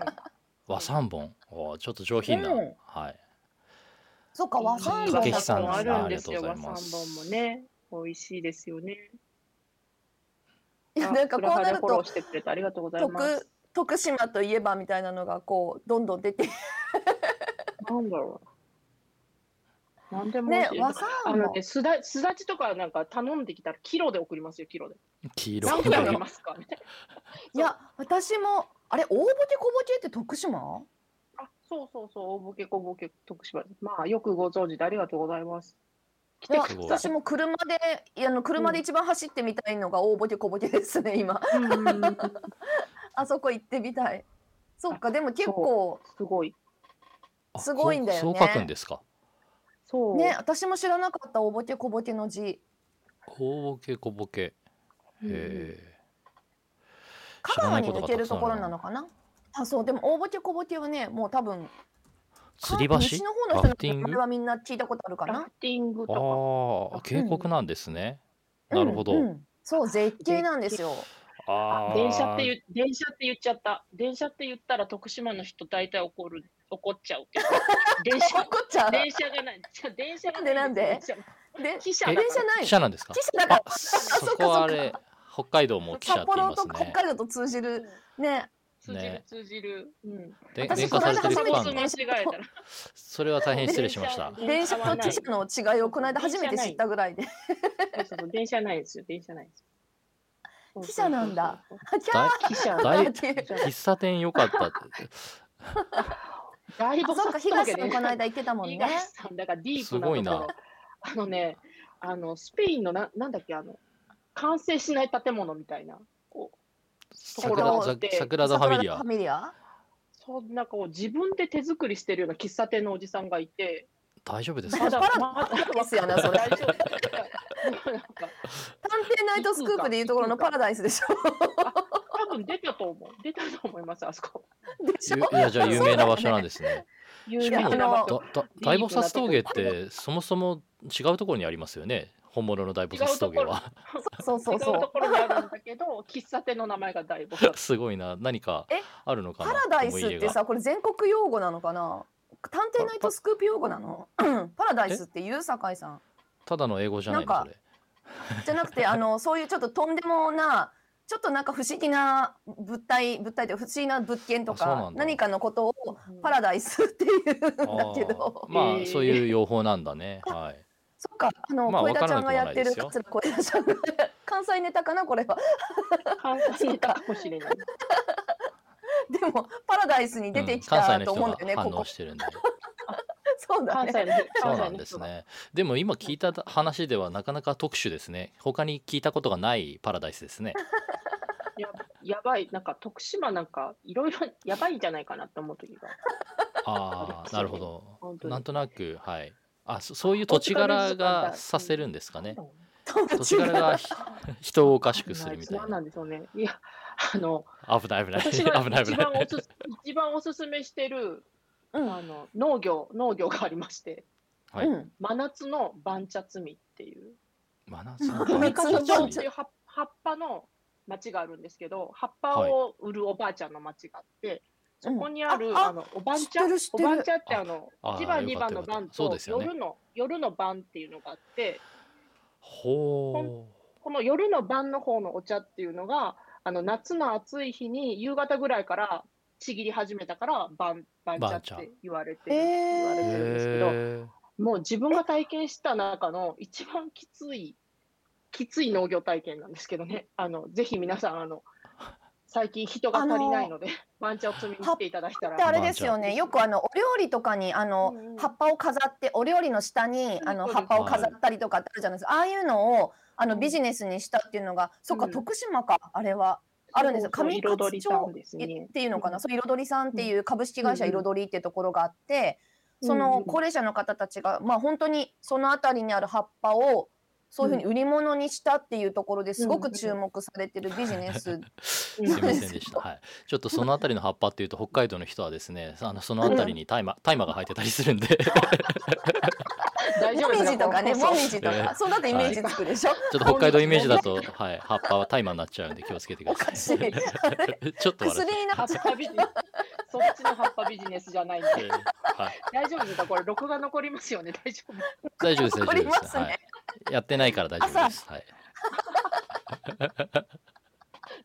Speaker 2: 和三本。おーちょっと上品な。
Speaker 1: うん
Speaker 2: はい。
Speaker 1: そっか和三
Speaker 2: かけ
Speaker 1: 盆
Speaker 2: ひ
Speaker 1: だ
Speaker 2: さんですね
Speaker 3: あるんです
Speaker 2: あ
Speaker 3: よ。
Speaker 2: りが
Speaker 3: 和
Speaker 2: とうござい
Speaker 3: 三
Speaker 2: ます
Speaker 3: 本もね、美味しいですよね。
Speaker 1: いやなんかこうなる
Speaker 3: フォロ
Speaker 1: と
Speaker 3: ーしてくれてありがとうございます
Speaker 1: 徳。徳島といえばみたいなのがこうどんどん出て
Speaker 3: なんだろう。なんでも美味
Speaker 1: ね
Speaker 3: しい
Speaker 1: 和三
Speaker 3: あ
Speaker 1: 盆
Speaker 3: のね、すだ、すだちとかなんか頼んできたら、キロで送りますよ、キロで。
Speaker 2: 黄色く
Speaker 3: 何キロ
Speaker 2: な
Speaker 3: あり
Speaker 2: る。
Speaker 3: ますかみたい
Speaker 1: いや私もあれ大ボケ小ボケって徳島
Speaker 3: な。あ、そうそうそう、大ボケ小ボケ、徳島です。まあ、よくご存知でありがとうございます。来
Speaker 1: い
Speaker 3: て
Speaker 1: や
Speaker 3: く
Speaker 2: すごい
Speaker 3: だ
Speaker 1: 私
Speaker 3: さい。
Speaker 1: も車でいやあの車で一番走ってみたいのが大ボケ小ボケですね
Speaker 2: <laughs>
Speaker 1: 今
Speaker 3: うんうんうん
Speaker 1: あそこ行ってみたい。そっか、でも結構、
Speaker 3: すごい。
Speaker 2: あ
Speaker 1: すごいんだよね
Speaker 2: そうそう書くんですか。
Speaker 3: そう。
Speaker 1: ね、私も知らなかったおぼけこぼけの字。
Speaker 2: 大ボケ小ボケ。
Speaker 3: うん
Speaker 2: へえ。
Speaker 1: 香川に抜けるところなのかな。あ、そう、でも、おぼけこぼけはね、もう多分。
Speaker 2: 吊り
Speaker 1: か西
Speaker 2: 橋
Speaker 1: の方の
Speaker 2: ラフテ
Speaker 1: 人
Speaker 2: ィン
Speaker 1: のこ
Speaker 2: グ
Speaker 1: れはみんな聞いたことあるか
Speaker 3: ラ
Speaker 1: な
Speaker 3: フ。ティング
Speaker 2: あ
Speaker 3: と
Speaker 2: あー、渓谷なんですね。
Speaker 1: うん
Speaker 2: なるほど。
Speaker 1: うんそう、絶景なんですよ。
Speaker 3: か。
Speaker 2: あ
Speaker 3: あ
Speaker 2: あ、
Speaker 3: 電車って言う電車って言っちゃった。電車って言ったら徳島の人大体怒る怒っちゃう
Speaker 1: <laughs>
Speaker 3: けど。電車
Speaker 1: 怒っちゃう。で、
Speaker 3: 電車がない。じゃあ電車が
Speaker 1: なんでなんで
Speaker 3: すよ
Speaker 1: 電
Speaker 3: 汽車
Speaker 1: 車
Speaker 3: だ
Speaker 2: え
Speaker 3: から
Speaker 1: ない
Speaker 2: 汽
Speaker 1: の。
Speaker 2: 車なんですか
Speaker 1: 汽。車だか
Speaker 2: あ
Speaker 1: ら、。
Speaker 2: そ
Speaker 1: そっか
Speaker 2: こはあれ、北海道も汽車
Speaker 1: 札
Speaker 2: って言い
Speaker 1: 幌
Speaker 2: ます
Speaker 1: と
Speaker 2: ね。
Speaker 1: 北海道と通じる。ね、
Speaker 3: 通じ
Speaker 2: ね
Speaker 3: る通じる。うん。
Speaker 2: で
Speaker 1: 私
Speaker 2: 電化されてる
Speaker 1: こ
Speaker 2: 区
Speaker 1: の間初め
Speaker 2: 間が
Speaker 1: て
Speaker 3: 間違えたら。
Speaker 2: それは大変失礼しました。
Speaker 1: 電車と汽車の違いをこの間初めて知ったぐらいで。 <laughs>
Speaker 3: そうそうそう電車ないですよ。電車ないですよ。
Speaker 1: 汽車なんだ
Speaker 3: そう
Speaker 1: あキャ
Speaker 2: だい
Speaker 3: そう
Speaker 2: <laughs>
Speaker 3: そう。
Speaker 2: だい
Speaker 1: ー <laughs> っていう。
Speaker 3: 汽車。
Speaker 2: 喫茶店良かったって。
Speaker 3: だいぶ
Speaker 1: あ、そっか、
Speaker 3: 細ったわ
Speaker 1: 東
Speaker 3: け
Speaker 1: さん
Speaker 3: ね
Speaker 1: この間行ってたもんね。
Speaker 3: 東さんだからディープなとこ
Speaker 2: すご
Speaker 3: ろ
Speaker 2: いな
Speaker 3: あのね、あのスペインのななんだっけあの完成しない建物みたいな、こう
Speaker 2: 桜
Speaker 3: そう
Speaker 2: 桜桜田ファミリア
Speaker 1: ファ。ミリア。
Speaker 3: そんなこう自分で手作りしてるような喫茶店のおじさんがいて、
Speaker 2: 大丈夫です
Speaker 3: ま
Speaker 2: か。
Speaker 3: だまだ
Speaker 1: ですよねそれ
Speaker 3: <laughs> 大丈夫なんか
Speaker 1: 探偵ナイトスクープでいうところのパラダイスでしょ。
Speaker 3: 多分出たと思う、出たと思いますあそこ。
Speaker 1: でしょ
Speaker 2: ゆいやじゃあ有名な場所なんですね。
Speaker 3: 有
Speaker 2: し
Speaker 3: 名
Speaker 2: かも
Speaker 1: あの
Speaker 3: な
Speaker 2: だだ大菩薩峠ってそもそも違うところにありますよね。本物の大菩薩峠は。
Speaker 1: <laughs> そうそ
Speaker 3: 違う
Speaker 1: うそう。
Speaker 3: ところにあるんだけど、
Speaker 1: <laughs>
Speaker 3: 喫茶店の名前が大菩薩。
Speaker 2: すごいな。何か
Speaker 1: え
Speaker 2: あるのか
Speaker 1: パ
Speaker 2: な。
Speaker 1: ラダイスって
Speaker 2: 思
Speaker 1: さ、これ全国用語なのかな。探偵ナイトスクープ用語なの。うん <clears throat> パラダイスっていう酒井さ
Speaker 2: <laughs>
Speaker 1: ん。
Speaker 2: い入れがただの英語じゃない
Speaker 1: な
Speaker 2: の
Speaker 1: ん
Speaker 2: そ
Speaker 1: か
Speaker 2: れ。
Speaker 1: じゃなくて、あの、そういうちょっととんでもな。ちょっとなんか不思議な物体、物体というか不思議な物件と
Speaker 2: あそうな
Speaker 1: か
Speaker 2: ん、だ
Speaker 1: 何かのことを。パラダイスっていうんだけど
Speaker 2: あー。ま
Speaker 3: え
Speaker 2: あ
Speaker 3: ー
Speaker 2: そういう用法なんだね。はい。
Speaker 1: そっか、あの、
Speaker 2: まあ
Speaker 1: 小枝ちゃんが
Speaker 2: わから
Speaker 1: や
Speaker 2: な
Speaker 1: っ
Speaker 2: く
Speaker 1: て
Speaker 2: もないで
Speaker 1: る
Speaker 2: すよ
Speaker 1: 桂小枝ちゃんが関西ネタかな、これは。 <laughs>
Speaker 3: 関西ネタかもしれない。
Speaker 1: でも、パラダイスに出てき
Speaker 2: うん関
Speaker 1: た
Speaker 2: 西
Speaker 1: と
Speaker 2: の
Speaker 1: 思うんだ
Speaker 2: 人
Speaker 1: よね、
Speaker 2: が
Speaker 1: こ
Speaker 2: 反応
Speaker 1: こ。
Speaker 2: して
Speaker 1: <laughs>
Speaker 2: るんで。
Speaker 1: そうだ
Speaker 3: 関
Speaker 1: ね。
Speaker 3: 西
Speaker 2: そ
Speaker 3: の
Speaker 2: う
Speaker 3: 関
Speaker 2: な
Speaker 3: 西
Speaker 2: ん
Speaker 3: の
Speaker 2: です
Speaker 3: 人が。
Speaker 2: ね。でも今聞いた話ではなかなか特殊ですね。他に聞いたことがないパラダイスですね。
Speaker 3: ややばい、なんか徳島なんかいろいろやばいんじゃないかなって思う時が。
Speaker 2: あ
Speaker 1: <laughs>
Speaker 2: あ、なるほど。
Speaker 3: 本当に
Speaker 2: なんとなく、はい。あ、そそういう土地柄がさせるんですかね。土地柄がひ <laughs> 人をおかしくするみたい
Speaker 3: そうな
Speaker 2: な。
Speaker 3: んですよね。いや、あの、
Speaker 2: 危ない危ない。
Speaker 3: 私
Speaker 2: 危
Speaker 3: が
Speaker 2: ない危
Speaker 3: 一
Speaker 2: な
Speaker 3: 番お
Speaker 2: い。
Speaker 3: すす一番おすすめしてる、
Speaker 1: うん
Speaker 3: あの農業、農業がありまして、
Speaker 2: はい
Speaker 1: うん。
Speaker 3: 真夏の番茶摘みっていう、
Speaker 2: 真夏の
Speaker 1: 真夏
Speaker 3: 三笠
Speaker 1: の
Speaker 3: 町
Speaker 1: 番
Speaker 3: って
Speaker 1: 茶
Speaker 3: いう葉っ葉っぱの町があるんですけど、葉っぱを売るおばあちゃんの町があって、そこにある、
Speaker 1: うんあ
Speaker 3: あのお番茶
Speaker 1: 知ってる知っ
Speaker 3: お
Speaker 1: てる
Speaker 3: 番茶ってあの
Speaker 2: ああー
Speaker 3: 1番、
Speaker 2: よかっ
Speaker 3: 2番
Speaker 2: た
Speaker 3: の番
Speaker 2: そう
Speaker 3: と、
Speaker 2: ですよね
Speaker 3: 夜の夜の番っていうのがあって、
Speaker 2: ほ
Speaker 3: この夜の晩の方のお茶っていうのが、あの夏の暑い日に夕方ぐらいからちぎり始めたから晩晩茶
Speaker 2: 晩
Speaker 3: っ
Speaker 2: 茶
Speaker 3: て言われて
Speaker 1: え
Speaker 3: る、言われ
Speaker 2: う。
Speaker 3: て
Speaker 1: ー
Speaker 3: るんですけど、
Speaker 2: へ
Speaker 3: もう自分が体験した中の一番きつい、きつい農業体験なんですけどね、あのぜひ皆さんあの最近人が足りないので、 <laughs> ワンチャンを積みに来ていただいた
Speaker 1: で
Speaker 2: 葉
Speaker 3: ら
Speaker 2: っ
Speaker 1: あ。れですよねよくあのお料理とかにあの、
Speaker 3: うんうん
Speaker 1: 葉っぱを飾ってお料理の下にあの
Speaker 3: そうで
Speaker 1: 葉
Speaker 3: す
Speaker 1: っぱを飾ったりとかってあるじゃないですかああいうのをあのビジネスにしたっていうのがそっか
Speaker 3: うん
Speaker 1: 徳島かあれはあるんですよ
Speaker 3: そうそう
Speaker 1: 上
Speaker 3: 彩
Speaker 1: 勝
Speaker 3: りさん
Speaker 1: 町
Speaker 3: です
Speaker 1: い
Speaker 3: ね
Speaker 1: っ。ていうのかな、
Speaker 3: うん
Speaker 1: そう彩りさんっていう株式会社
Speaker 3: うんうん
Speaker 1: 彩りってところがあって、そ
Speaker 3: うん
Speaker 1: の
Speaker 3: うん
Speaker 1: 高齢者の方たちが、まあ本当にその辺りにある葉っぱをそういうふうに売り物にしたっていうところですごく注目されてるビジネス、
Speaker 2: す
Speaker 3: う
Speaker 2: い
Speaker 3: ん
Speaker 2: ませんでした、はい、ちょっとその辺りの葉っぱっていうと北海道の人はですねあのその辺りに大麻大麻が生えてたりするんで
Speaker 3: 大丈
Speaker 1: も
Speaker 3: 夫
Speaker 1: み
Speaker 3: です
Speaker 1: じとかね
Speaker 3: この
Speaker 1: も
Speaker 3: 放
Speaker 1: み
Speaker 3: 送
Speaker 1: じと
Speaker 2: え
Speaker 1: か
Speaker 2: ー
Speaker 1: そうだってイメージつくでしょ、
Speaker 2: ちょっと北海道イメージだと、はい、葉っぱは大麻になっちゃうんで気をつけてく
Speaker 1: お
Speaker 2: ださ
Speaker 1: か
Speaker 2: い。 <laughs>
Speaker 1: しいあれ
Speaker 2: ちょっと笑
Speaker 1: 薬
Speaker 2: っ
Speaker 1: にな
Speaker 3: 葉
Speaker 1: っ
Speaker 3: っ
Speaker 1: ちゃう
Speaker 3: ぱビジネス。そっちの葉っぱビジネスじゃない
Speaker 1: <laughs>
Speaker 3: んで。
Speaker 2: て、はい、
Speaker 3: 大丈夫ですかこれ、録画残りますよね。 <laughs> 大丈夫。
Speaker 2: 大丈夫です
Speaker 1: 残
Speaker 2: 大丈
Speaker 1: り
Speaker 2: 夫で
Speaker 1: ます
Speaker 2: す、
Speaker 1: ね
Speaker 2: はい、やってないから大丈夫です、はい、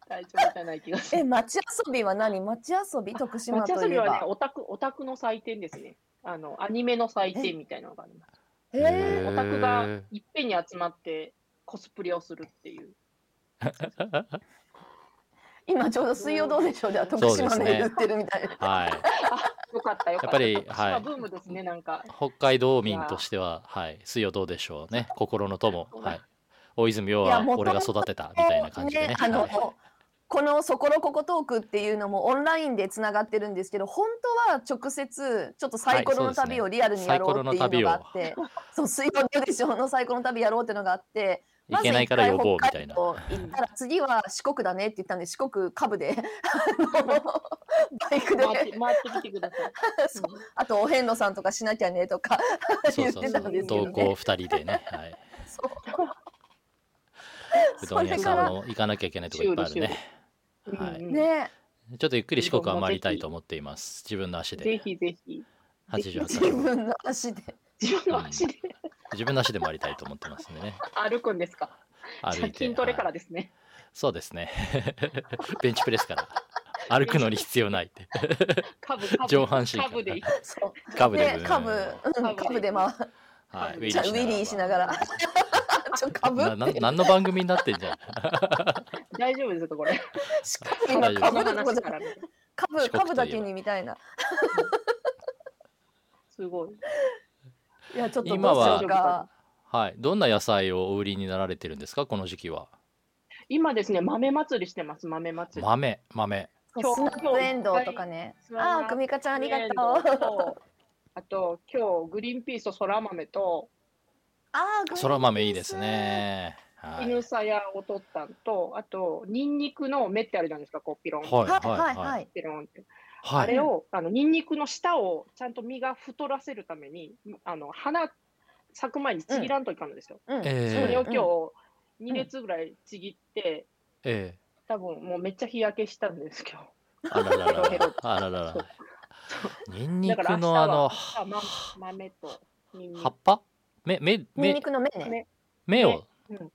Speaker 3: 大丈夫じゃない気がす
Speaker 1: え
Speaker 3: る。
Speaker 1: 町遊びは何町遊び徳島
Speaker 3: 夏
Speaker 1: と
Speaker 3: 休
Speaker 1: い
Speaker 3: み
Speaker 1: え
Speaker 3: はね、
Speaker 1: ば、
Speaker 3: オタク、オタクの祭典ですね。あの、アニメの祭典みたいなのがあります。
Speaker 1: へえ
Speaker 2: へー
Speaker 3: オタクがいっぺんに集まって、コスプレをするっていう。
Speaker 1: 今ちょうど水曜どうでしょうでは
Speaker 3: そう
Speaker 2: で
Speaker 1: 徳
Speaker 2: すね
Speaker 1: 島の言ってるみたいな、
Speaker 2: はい、
Speaker 3: よかった、よか
Speaker 2: やっ
Speaker 3: った。
Speaker 2: ぱり
Speaker 3: 徳島
Speaker 2: はい
Speaker 3: ブームですね、な
Speaker 1: <laughs>
Speaker 3: んか。
Speaker 2: 北海道民としては、はい、水曜どうでしょうね、心の友、はい、大泉洋
Speaker 1: いや
Speaker 2: は
Speaker 1: もとも
Speaker 2: 俺
Speaker 1: と
Speaker 2: が育てたみたいな感じでね。
Speaker 1: あの、
Speaker 2: はい
Speaker 1: この「そころここトーク」っていうのもオンラインでつながってるんですけど本当は直接ちょっとサイコロの旅を
Speaker 2: はいそうです
Speaker 1: リアルにや
Speaker 2: ね
Speaker 1: ろうって
Speaker 2: サイコ
Speaker 1: いうの
Speaker 2: ロ
Speaker 1: があ
Speaker 2: の
Speaker 1: って、そう水曜どうでしょうのサイコロの旅やろうっていうのがあって
Speaker 2: いけないから呼ぼうみたいな。
Speaker 1: まず一回北海道行ったら次は四国だねって言ったんで四国下部であのバイクで
Speaker 3: 回って、回ってきてくださ
Speaker 1: <laughs>
Speaker 3: い。
Speaker 1: そうあとお遍路さんとかしなきゃねとか
Speaker 2: そ
Speaker 1: 言
Speaker 2: う
Speaker 1: っ
Speaker 2: そう
Speaker 1: て
Speaker 2: そ
Speaker 1: たんで
Speaker 2: う
Speaker 1: すけど
Speaker 2: 同
Speaker 1: ね
Speaker 2: 行。二人でね、はい、う
Speaker 1: そ
Speaker 2: どん
Speaker 1: れ
Speaker 2: 屋
Speaker 1: か
Speaker 2: さん
Speaker 1: ら
Speaker 2: も行かなきゃいけないとこいっぱいあるね。
Speaker 3: うん
Speaker 2: はい
Speaker 3: うん
Speaker 1: ね
Speaker 2: ちょっとゆっくり四国は回りたいと思っています。自分の足
Speaker 3: ぜ
Speaker 2: で
Speaker 3: ひぜひ。
Speaker 2: 八十
Speaker 1: 自
Speaker 2: 八
Speaker 1: 分の足で
Speaker 3: 自分の足で
Speaker 2: 自分の足で回りたいと思ってますんでね。
Speaker 3: 歩くんですか。
Speaker 2: 歩い
Speaker 3: じゃあ
Speaker 2: て。
Speaker 3: 筋トレから
Speaker 2: はい
Speaker 3: ですね。
Speaker 2: そうですね。 <laughs> ベンチプレスから。歩くのに必要ないって。
Speaker 3: 下部、下部
Speaker 2: 上半身から
Speaker 3: 下部で行く。
Speaker 1: そう
Speaker 2: カブで
Speaker 1: で
Speaker 2: ブーン。
Speaker 1: カブ、うん、カブで回
Speaker 2: はい。ウ
Speaker 3: じ
Speaker 1: じゃあウィリーしながら。 <laughs> ちょカブ
Speaker 2: な
Speaker 1: っ
Speaker 2: な
Speaker 1: て
Speaker 2: 何の番組になってんじゃん。
Speaker 3: 大丈夫です
Speaker 2: <laughs>
Speaker 3: か、これ。
Speaker 1: しかも今カ
Speaker 3: こ
Speaker 1: ブ
Speaker 3: の
Speaker 1: のとこ
Speaker 3: 話
Speaker 1: じ
Speaker 3: からね。
Speaker 1: カブ
Speaker 2: 四国
Speaker 1: カブだ
Speaker 2: とい
Speaker 1: け
Speaker 2: えば
Speaker 1: にみたいな。
Speaker 3: すごい。
Speaker 1: いやちょっとどうし
Speaker 2: 今は
Speaker 1: ようか。
Speaker 2: はい。どんな野菜をお売りになられてるんですかこの時期は。
Speaker 3: 今ですね、豆祭りしてます、豆祭り。
Speaker 2: 豆豆。
Speaker 1: そうスナップエンドウとかね。ああ久美香ちゃんありがとう。
Speaker 3: とう。あと、今日、グリーンピースとそら豆と、
Speaker 1: ああ
Speaker 2: そら豆いいです。ね。はい。
Speaker 3: 犬さやを取ったんと、あと、ニンニクの芽ってあるじゃないですか、こう、ピロン。
Speaker 2: はい
Speaker 1: グリーンピースはいはい
Speaker 2: は
Speaker 1: はいい。
Speaker 3: ピロンって。
Speaker 2: は
Speaker 3: あ
Speaker 2: い。
Speaker 3: れを、あの、ニンニクの下を、ちゃんと実が太らせるために、あの、花咲く前にちぎらんといかんのですよ。
Speaker 1: うん
Speaker 2: えー
Speaker 3: それを
Speaker 1: う
Speaker 3: 今
Speaker 1: ん
Speaker 3: 日、2列ぐらいちぎって、
Speaker 2: ええ。
Speaker 3: 多分もうめっちゃ日焼けしたんですけど。
Speaker 2: あらららら。あらららら。ニンニ
Speaker 3: だから
Speaker 2: ク
Speaker 3: 明日
Speaker 2: のあの
Speaker 3: は、あま豆とニンニ
Speaker 2: 葉っぱ目、目、
Speaker 1: ニン
Speaker 2: 目
Speaker 1: ニ、クの芽ね。
Speaker 3: ね
Speaker 2: 目を。
Speaker 3: ク。うん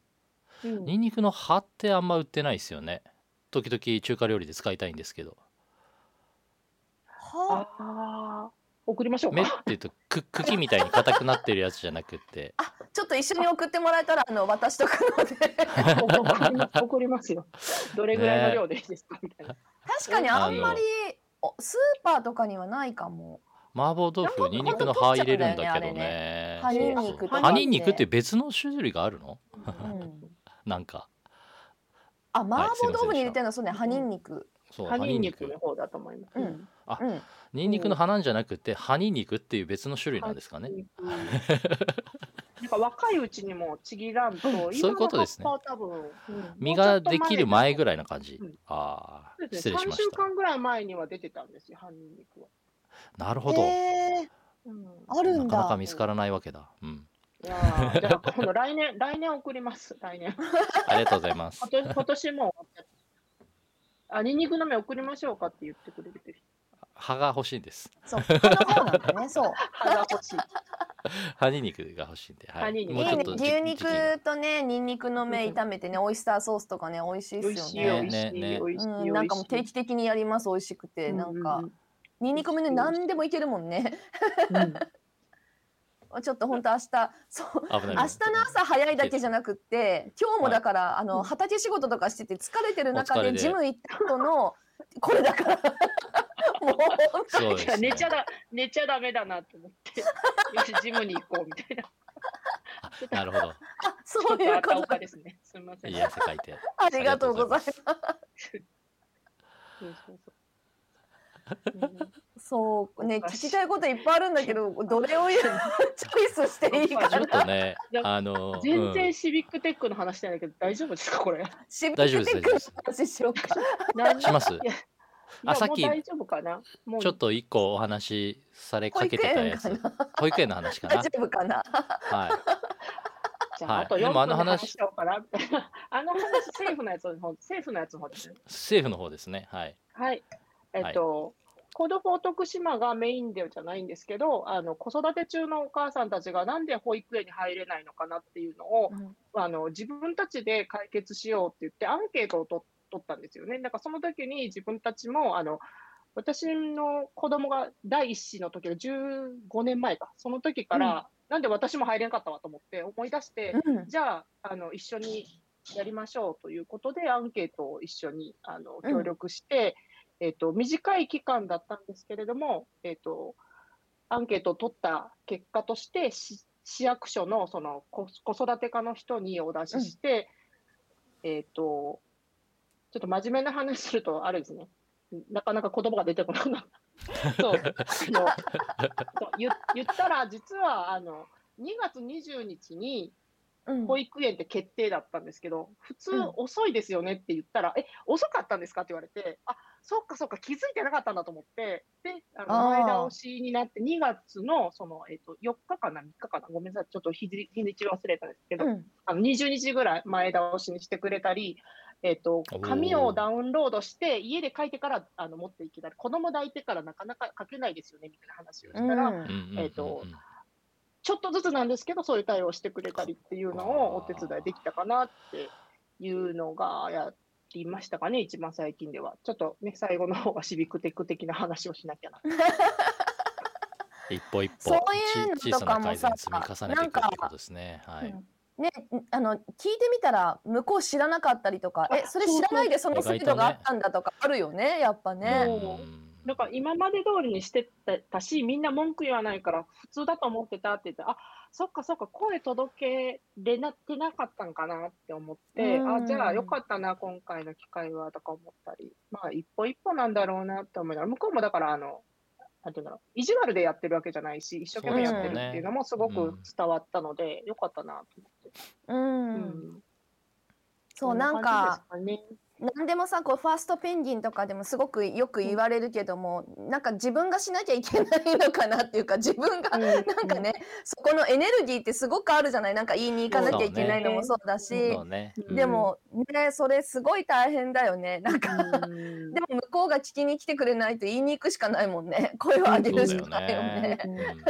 Speaker 2: ニンニクの葉ってあんま売ってないですよね。時々中華料理で使いたいんですけど。
Speaker 1: は
Speaker 3: ああ、送りましょう
Speaker 2: 目って
Speaker 3: か。
Speaker 2: 言うとく茎みたいに硬くなってるやつじゃなくって。
Speaker 1: あ。あちょっと一緒に送ってもらえたらあの渡しとくの <laughs> で。
Speaker 3: 送ります送りますよ。どれぐらいの量でいいですかみたいな。
Speaker 1: 確かにあんまりおスーパーとかにはないかも。
Speaker 2: 麻婆豆
Speaker 1: なんか
Speaker 2: 腐ニンニクの葉入れるんだけど
Speaker 1: ほんと取っちゃうんだよ
Speaker 2: ね。
Speaker 1: あれね
Speaker 2: そ
Speaker 1: 葉
Speaker 2: う
Speaker 1: ニンニク
Speaker 2: そう
Speaker 1: と
Speaker 2: 葉ニンニクって別の種類があるの？
Speaker 1: うん。
Speaker 2: なんか。
Speaker 1: あ麻婆豆腐に入れてるのはそうね
Speaker 3: い
Speaker 1: 葉ニンニク。
Speaker 2: そう
Speaker 3: 葉
Speaker 2: 葉
Speaker 3: ニ
Speaker 2: ニ
Speaker 3: ン
Speaker 2: ン
Speaker 3: ニ
Speaker 2: ニ
Speaker 3: ク
Speaker 2: ク
Speaker 3: の。方だと思います。
Speaker 1: うん
Speaker 3: うん
Speaker 1: うん。
Speaker 2: ニンニクの葉なんじゃなくて葉ニンニクっていう別の種類なんですかね。
Speaker 3: うんなんか若いうちにもちぎらんと、今
Speaker 2: そういうことですね
Speaker 3: の葉っぱは多分、うん
Speaker 2: 実ができる前ぐらいな感じ
Speaker 3: うん。
Speaker 2: ああ
Speaker 3: そう、です
Speaker 2: 失礼
Speaker 3: ね
Speaker 2: しま
Speaker 3: 3
Speaker 2: し
Speaker 3: 週
Speaker 2: た。
Speaker 3: 間ぐらい前には出てたんですよ、葉ニンニクは。
Speaker 2: なるほど。
Speaker 1: へー
Speaker 3: うん
Speaker 1: あるん
Speaker 2: なかなか
Speaker 1: だ。
Speaker 2: 見つからないわけだ。うん。
Speaker 3: いやーじゃあ、今度来年、来年送ります、来年。
Speaker 2: ありがとうございます <laughs>
Speaker 3: 今。年今年も終わっちゃったあ、ニンニクの芽送りましょうかって言ってくれてる。
Speaker 2: 葉が欲しいんです。
Speaker 1: そう。この方なんだね。そう。
Speaker 3: <laughs> 葉が欲しい。
Speaker 2: 葉ニンニクが欲しいんで。は
Speaker 3: 葉
Speaker 2: い。
Speaker 3: ニンニク
Speaker 2: もう
Speaker 1: いい
Speaker 2: ちょっ
Speaker 1: ね
Speaker 2: と時
Speaker 1: 牛
Speaker 2: 時期が
Speaker 1: 肉とねニンニクの芽炒めてねオイスターソースとかね美味しい
Speaker 3: 美
Speaker 1: で
Speaker 3: 味し
Speaker 1: す
Speaker 3: い、
Speaker 1: よね。
Speaker 3: 美味しい、
Speaker 2: ねね
Speaker 3: 美味しい。
Speaker 1: うん、なんかもう定期的にやります美味しくて、なんか
Speaker 3: うん
Speaker 1: ニンニクもね <laughs>
Speaker 3: 美味しい
Speaker 1: 何でもいけるもんね。
Speaker 3: うんうん、
Speaker 1: ちょっと本当明日、そう、
Speaker 2: 危
Speaker 1: 明
Speaker 2: ない
Speaker 1: 日の朝早いだけじゃなくって、今日もだから、あ
Speaker 3: うん
Speaker 1: の、畑仕事とかしてて疲れてる
Speaker 2: お
Speaker 1: 中
Speaker 2: 疲れ
Speaker 1: で
Speaker 2: で
Speaker 1: ジム行った後の、これだ
Speaker 3: <laughs>
Speaker 1: から、もう、
Speaker 2: そうです、ね、
Speaker 3: 寝ちゃだ、寝ちゃダメだなと思って、よし、ジムに行こうみたいな。
Speaker 2: あなるほど
Speaker 1: あ、
Speaker 3: ちょ
Speaker 1: <laughs> そ
Speaker 3: っ
Speaker 1: ういう
Speaker 3: とあった
Speaker 1: こ
Speaker 3: お
Speaker 1: と
Speaker 3: かですね。すみません。
Speaker 2: いい汗かいて
Speaker 1: ありがとうございます。
Speaker 3: そうそうそううん
Speaker 1: そうね、
Speaker 3: 難しい
Speaker 1: 聞きたいこといっぱいあるんだけど、どれを言うチョイスしていいか
Speaker 2: ちょ
Speaker 1: な
Speaker 2: <laughs> っ。とね
Speaker 3: <laughs> いや
Speaker 2: あの
Speaker 3: 全
Speaker 2: う
Speaker 3: 然
Speaker 2: ん
Speaker 3: シビックテックの話じゃないけど、大丈夫ですか、これ。
Speaker 1: シビ
Speaker 2: 大丈夫
Speaker 1: ック
Speaker 2: です
Speaker 1: テック
Speaker 2: 大丈夫
Speaker 1: の
Speaker 2: です
Speaker 1: 話しようか。
Speaker 3: 何
Speaker 2: します
Speaker 3: いやい
Speaker 2: あ
Speaker 3: や
Speaker 2: さっ
Speaker 3: もう
Speaker 2: き
Speaker 3: 大丈夫かな。もう
Speaker 2: ちょっと一個お話しされ
Speaker 1: 保
Speaker 2: かけ
Speaker 1: 育
Speaker 2: てたや
Speaker 1: 園か
Speaker 2: つ
Speaker 1: な。
Speaker 2: 保育園の話か
Speaker 1: 大
Speaker 2: な
Speaker 1: 丈夫かな。
Speaker 3: <laughs>
Speaker 2: はい
Speaker 3: じゃあ、
Speaker 2: はい
Speaker 3: あと
Speaker 2: で
Speaker 3: 4
Speaker 2: もあ
Speaker 3: 分
Speaker 2: の
Speaker 3: の
Speaker 2: 話
Speaker 3: 話しようかな。 <laughs> あの話、政府のやつの方、政府のやつの方ですね。
Speaker 2: 政府の方ですねはい
Speaker 3: はい。えっと、子ども徳島がメインでじゃないんですけど、あの子育て中のお母さんたちがなんで保育園に入れないのかなっていうのを、あの自分たちで解決しようって言って、アンケートをと取ったんですよね。だからその時に自分たちもあの私の子供が第一子の時の15年前か、その時から、なんで私も入れなかったわと思って思い出して、
Speaker 1: うん。
Speaker 3: じゃああの一緒にやりましょうということでアンケートを一緒にあの
Speaker 1: うん
Speaker 3: 協力して、えっと短い期間だったんですけれども、えっとアンケートを取った結果としてし市役所のその子子育て課の人にお出しして、えっとちょっと真面目な話するとあれですねなかなか言葉が出てこなくな
Speaker 1: <laughs>
Speaker 3: った。そうあのそう言言ったら実はあの2月20日に
Speaker 1: うん
Speaker 3: 保育園って決定だったんですけど、普通
Speaker 1: うん
Speaker 3: 遅いですよねって言ったら、え、遅かったんですかって言われて、あ、そっかそっか気づいてなかったんだと思って、で、あの
Speaker 1: あー
Speaker 3: 前倒しになって2月のその、えっと、4日かな、3日かな、ごめんなさい、ちょっと日に日にち忘れたんですけど、
Speaker 1: うん。
Speaker 3: あの20日ぐらい前倒しにしてくれたり、えっと
Speaker 2: おー
Speaker 3: 紙をダウンロードして、家で書いてからあの持っていけたり、子供抱いてからなかなか書けないですよねみたいな話をしたら、
Speaker 1: うん
Speaker 2: うんうんうんうん
Speaker 3: えーとちょっとずつなんですけど、そういう対応してくれたりっていうのをお手伝いできたかなっていうのがやりましたかね、一番最近では。ちょっとね、最後の方がシビックテック的な話をしなきゃな。
Speaker 2: 一歩一歩
Speaker 1: そういうの
Speaker 2: ち
Speaker 1: と
Speaker 2: 小さな
Speaker 1: かも
Speaker 2: 改
Speaker 1: さ
Speaker 2: 善積み重ねていくっていうことですねはい
Speaker 1: ね、あの聞いてみたら向こう知らなかったりとか、え、それ知らないでその制度があったんだとかあるよね、やっぱね。
Speaker 3: もう
Speaker 2: うん
Speaker 3: だから今まで通りにしてたし、みんな文句言わないから、普通だと思ってたって言って、あそっかそっか、声届けれなってなかったんかなって思って、
Speaker 1: うん
Speaker 3: あじゃあよかったな、今回の機会はとか思ったり、まあ、一歩一歩なんだろうなって思いながら、向こうもだから、あの、なんていうんだろう、意地悪でやってるわけじゃないし、一生懸命やってるっていうのもすごく伝わったので、よかったなと
Speaker 1: うん。
Speaker 3: 思って。うん
Speaker 1: そうなん
Speaker 3: 感じ
Speaker 1: か。
Speaker 3: ですね
Speaker 1: 何でもさこうファーストペンギンとかでもすごくよく言われるけども、なんか自分がしなきゃいけないのかなっていうか自分が、 <laughs> なんかね、そこのエネルギーってすごくあるじゃないなんか言いに行かなきゃいけないのもそうだし、
Speaker 2: そうね
Speaker 3: うん
Speaker 1: でもねそれすごい大変だよねなんか、
Speaker 3: うん
Speaker 1: でも向こうが聞きに来てくれないと言いに行くしかないもんね声を上げ
Speaker 2: そう
Speaker 1: る
Speaker 2: だ
Speaker 1: し
Speaker 2: よ
Speaker 1: かないよね
Speaker 2: ね。
Speaker 3: うん
Speaker 2: うん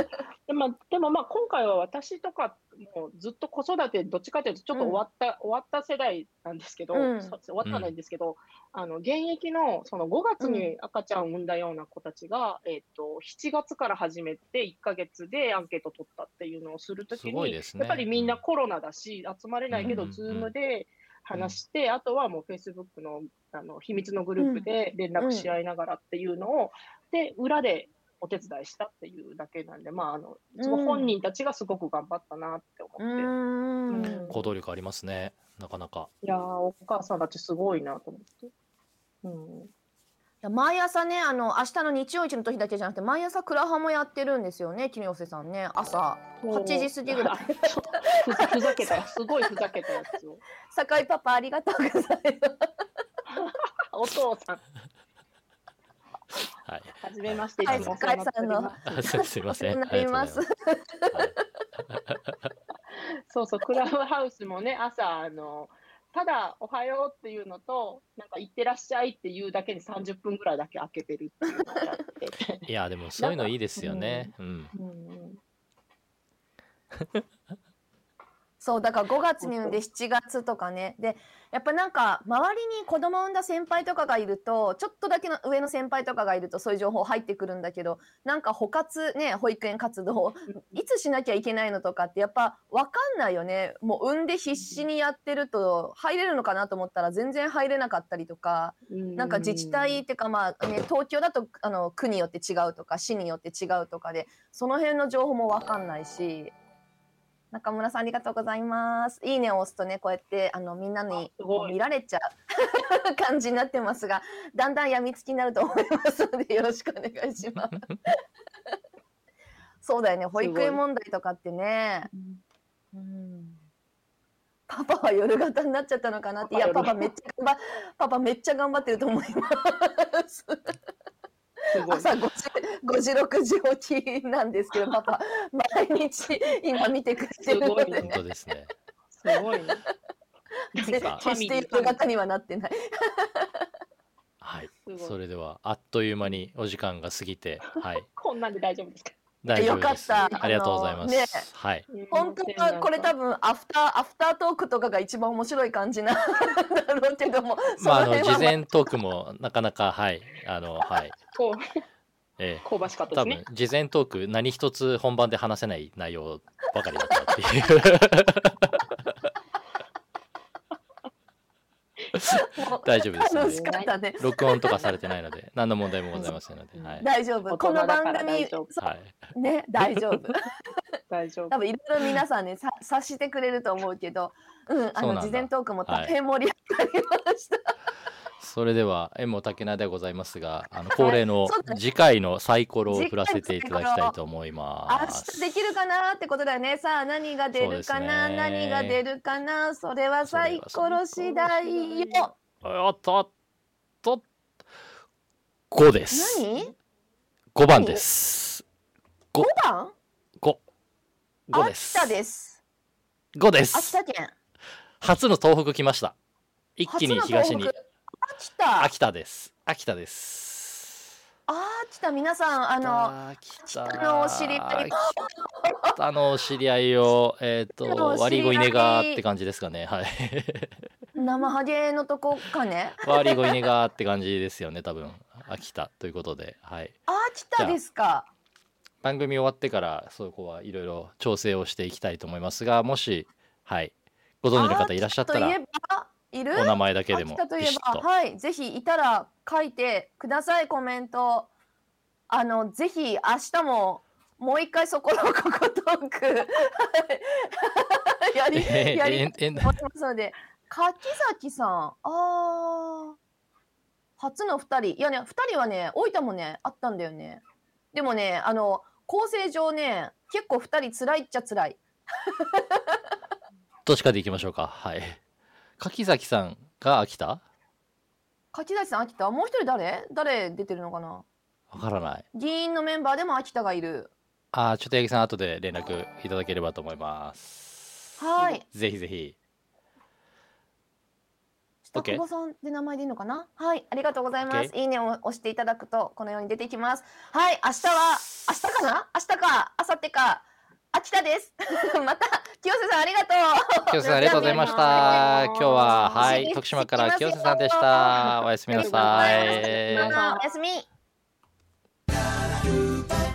Speaker 3: でもでもまあ今回は私とかもずっと子育てどっちかというとちょっと終わった、終わった世代なんですけど、
Speaker 1: うん
Speaker 3: そ終わったないんですけど、あの現役のその5月に赤ちゃんを産んだような子たちが、えっと7月から始めて1ヶ月でアンケート取ったっていうのをするとき
Speaker 2: すごい
Speaker 3: に、
Speaker 2: ですね
Speaker 3: やっぱりみんなコロナだし集まれないけ
Speaker 2: う
Speaker 3: ど
Speaker 2: ん
Speaker 3: ズームで話して、あとはもうフェイスブックのあの秘密のグループで連絡し合いながらっていうのを、で裏でお手伝いしたっていうだけなんで、まあ、あのその本人たちがすごく頑張ったなって思って、
Speaker 1: うーん
Speaker 3: うん
Speaker 2: 行動力ありますねなかなか
Speaker 3: いやーお母さんたちすごいなと思って。うん、
Speaker 1: いや毎朝ねあの明日の日曜市の時だけじゃなくて毎朝クラハもやってるんですよね清瀬さんね朝8時過ぎぐらい
Speaker 3: あ <laughs> ちょふざふざけたすごいふざけたやつ
Speaker 1: <laughs>
Speaker 3: を
Speaker 1: 酒井パパありがとうございます
Speaker 3: お父さん
Speaker 1: <laughs>
Speaker 2: はい <laughs>
Speaker 3: はじめましていつ
Speaker 1: はい
Speaker 3: もお世話になっております
Speaker 2: あすすいません
Speaker 1: なります
Speaker 2: ありがとうございます
Speaker 3: <laughs> そうそう、クラブハウスもね、朝、あの、ただ、おはようっていうのと、なんか、いってらっしゃいっていうだけに30分ぐらいだけ開けてるっていうのをやって
Speaker 1: <laughs>
Speaker 3: て。
Speaker 2: はいいやでもそういうのいいですよねうん
Speaker 3: うん
Speaker 1: そうだから5月に産んで7月とかねでやっぱなんか周りに子供産んだ先輩とかがいるとちょっとだけの上の先輩とかがいるとそういう情報入ってくるんだけどなんか補活ね保育園活動いつしなきゃいけないのとかってやっぱ分かんないよねもう産んで必死にやってると入れるのかなと思ったら全然入れなかったりとかなんか自治体っていうかまあね東京だとあの区によって違うとか市によって違うとかでその辺の情報も分かんないし中村さんありがとうございます。いいねを押すとねこうやってあのみんなに
Speaker 3: あすごい
Speaker 1: 見られちゃう <laughs> 感じになってますがだんだん病みつきになると思いますのでよろしくお願いします。そうだよね保育園問題とかってね。うんパパは夜型になっちゃったのかなっていやパ
Speaker 3: パパ
Speaker 1: パ
Speaker 3: 夜
Speaker 1: めっちゃ頑張パパめっちゃ頑張ってると思います
Speaker 3: すごい。
Speaker 1: 朝5時5時6時起きなんですけどパパ毎日今見てくれてるの
Speaker 3: すご
Speaker 1: で
Speaker 3: い
Speaker 2: 本当ですね
Speaker 3: すごい <laughs> ね。
Speaker 1: 決して夜型にはなってない
Speaker 2: はい
Speaker 3: すごい
Speaker 2: それではあっという間にお時間が過ぎて
Speaker 1: <laughs>
Speaker 2: はい
Speaker 3: こんなんで大丈夫ですか。
Speaker 2: 大丈夫です
Speaker 1: よかった
Speaker 2: ありがとうございま
Speaker 1: あ
Speaker 2: す、
Speaker 1: のね
Speaker 2: はい
Speaker 1: 本当はこれ多分アフターアフタートークとかが一番面白い感じなん <laughs> だろうけども
Speaker 2: まあ
Speaker 1: そ
Speaker 2: あ
Speaker 1: の
Speaker 2: の
Speaker 1: 辺は
Speaker 2: 事前トークもなかなかはいあのはい
Speaker 3: こ
Speaker 2: ええ
Speaker 3: う香ばしかっ
Speaker 2: 多
Speaker 3: たです
Speaker 2: 分
Speaker 3: ね。
Speaker 2: 事前トーク何一つ本番で話せない内容ばかりだったっていう
Speaker 1: もう
Speaker 2: 大丈夫です
Speaker 1: 楽
Speaker 2: ので
Speaker 1: しかったね
Speaker 2: 録音とかされてないので何の問題もございませんので、はい
Speaker 1: 大丈夫こ
Speaker 3: 大
Speaker 1: の
Speaker 3: 人だから
Speaker 1: 番組
Speaker 3: 大丈夫
Speaker 1: そ
Speaker 2: は
Speaker 1: うね大丈夫
Speaker 3: 大丈夫
Speaker 1: 多。分いろいろ皆さんねさ察してくれると思うけど、うん、あ
Speaker 2: そうなん
Speaker 1: の
Speaker 2: だ
Speaker 1: 事前トークも
Speaker 2: はい
Speaker 1: 大変盛り上がりました。
Speaker 2: それでは縁も竹菜ではございますがあの恒例の
Speaker 1: そうだね
Speaker 2: 次回のサイコロを振らせていただきたいと思いま
Speaker 1: 明
Speaker 2: す
Speaker 1: 日できるかなってことだよね。さあ何が出るかな、
Speaker 2: そうですね
Speaker 1: 何が出るかな、それはサイコロ次第よ。
Speaker 2: おっとおっと5です
Speaker 1: 何？
Speaker 2: 5番です
Speaker 1: 五番？
Speaker 2: 5五で
Speaker 1: 秋
Speaker 2: す
Speaker 1: 田です。
Speaker 2: 5です
Speaker 1: 秋田県。
Speaker 2: 初の東北来ました一気に東
Speaker 1: 初
Speaker 2: に
Speaker 1: の東北。秋田。
Speaker 2: 秋田です秋田です
Speaker 1: 秋田皆さんあの
Speaker 2: 秋田
Speaker 1: 北のお知り合い
Speaker 2: 北のお知り合いをえっ、
Speaker 1: 北のお知り合
Speaker 2: と
Speaker 1: い
Speaker 2: 割りごいねがーって感じですかねはい
Speaker 1: 生ハゲのとこかね。
Speaker 2: 割りごいねがーって感じですよね多分秋田ということではい
Speaker 1: 秋田ですか。
Speaker 2: 番組終わってからそこはいろいろ調整をしていきたいと思いますがもしはいご存知の方いらっしゃった
Speaker 1: 秋田
Speaker 2: ら
Speaker 1: といえばいる？
Speaker 2: お名前だけでも
Speaker 1: 秋田といえ
Speaker 2: ビシッ
Speaker 1: ば、
Speaker 2: と
Speaker 1: はい、ぜひいたら書いてください、コメント。あの、ぜひ明日も、もう一回そこのここトーク。 <laughs> はいやり、
Speaker 2: え
Speaker 1: やり
Speaker 2: ええ
Speaker 1: たいと思いますので、柿崎さん、ああ。初の二人、いやね、二人はね、大分もね、あったんだよね。でもね、あの、構成上ね、結構二人辛いっちゃ辛い。
Speaker 2: どっちかでいきましょうかはい柿崎さんが秋田
Speaker 1: 柿崎さん、秋田、もう一人誰、誰出てるのかな。
Speaker 2: わからない
Speaker 1: 議員のメンバーでも秋田がいる。
Speaker 2: あーちょっと八木さん後で連絡いただければと思います
Speaker 1: はい。
Speaker 2: ぜひぜひ
Speaker 1: ちょっと
Speaker 2: OK
Speaker 1: 久保さんで名前でいいのかな。はい、ありがとうございます。いいねを押していただくと、このように出てきます。はい、明日は、明日かな、明日か、明後日か。秋田です。 <laughs> また、清瀬さん、ありがとう。
Speaker 2: 清瀬さんありがとうございました今日ははい徳島から清瀬さんでしたおやすみなさ
Speaker 1: ありがとうございました
Speaker 2: い
Speaker 1: またおやすみ。
Speaker 4: 「ゆうば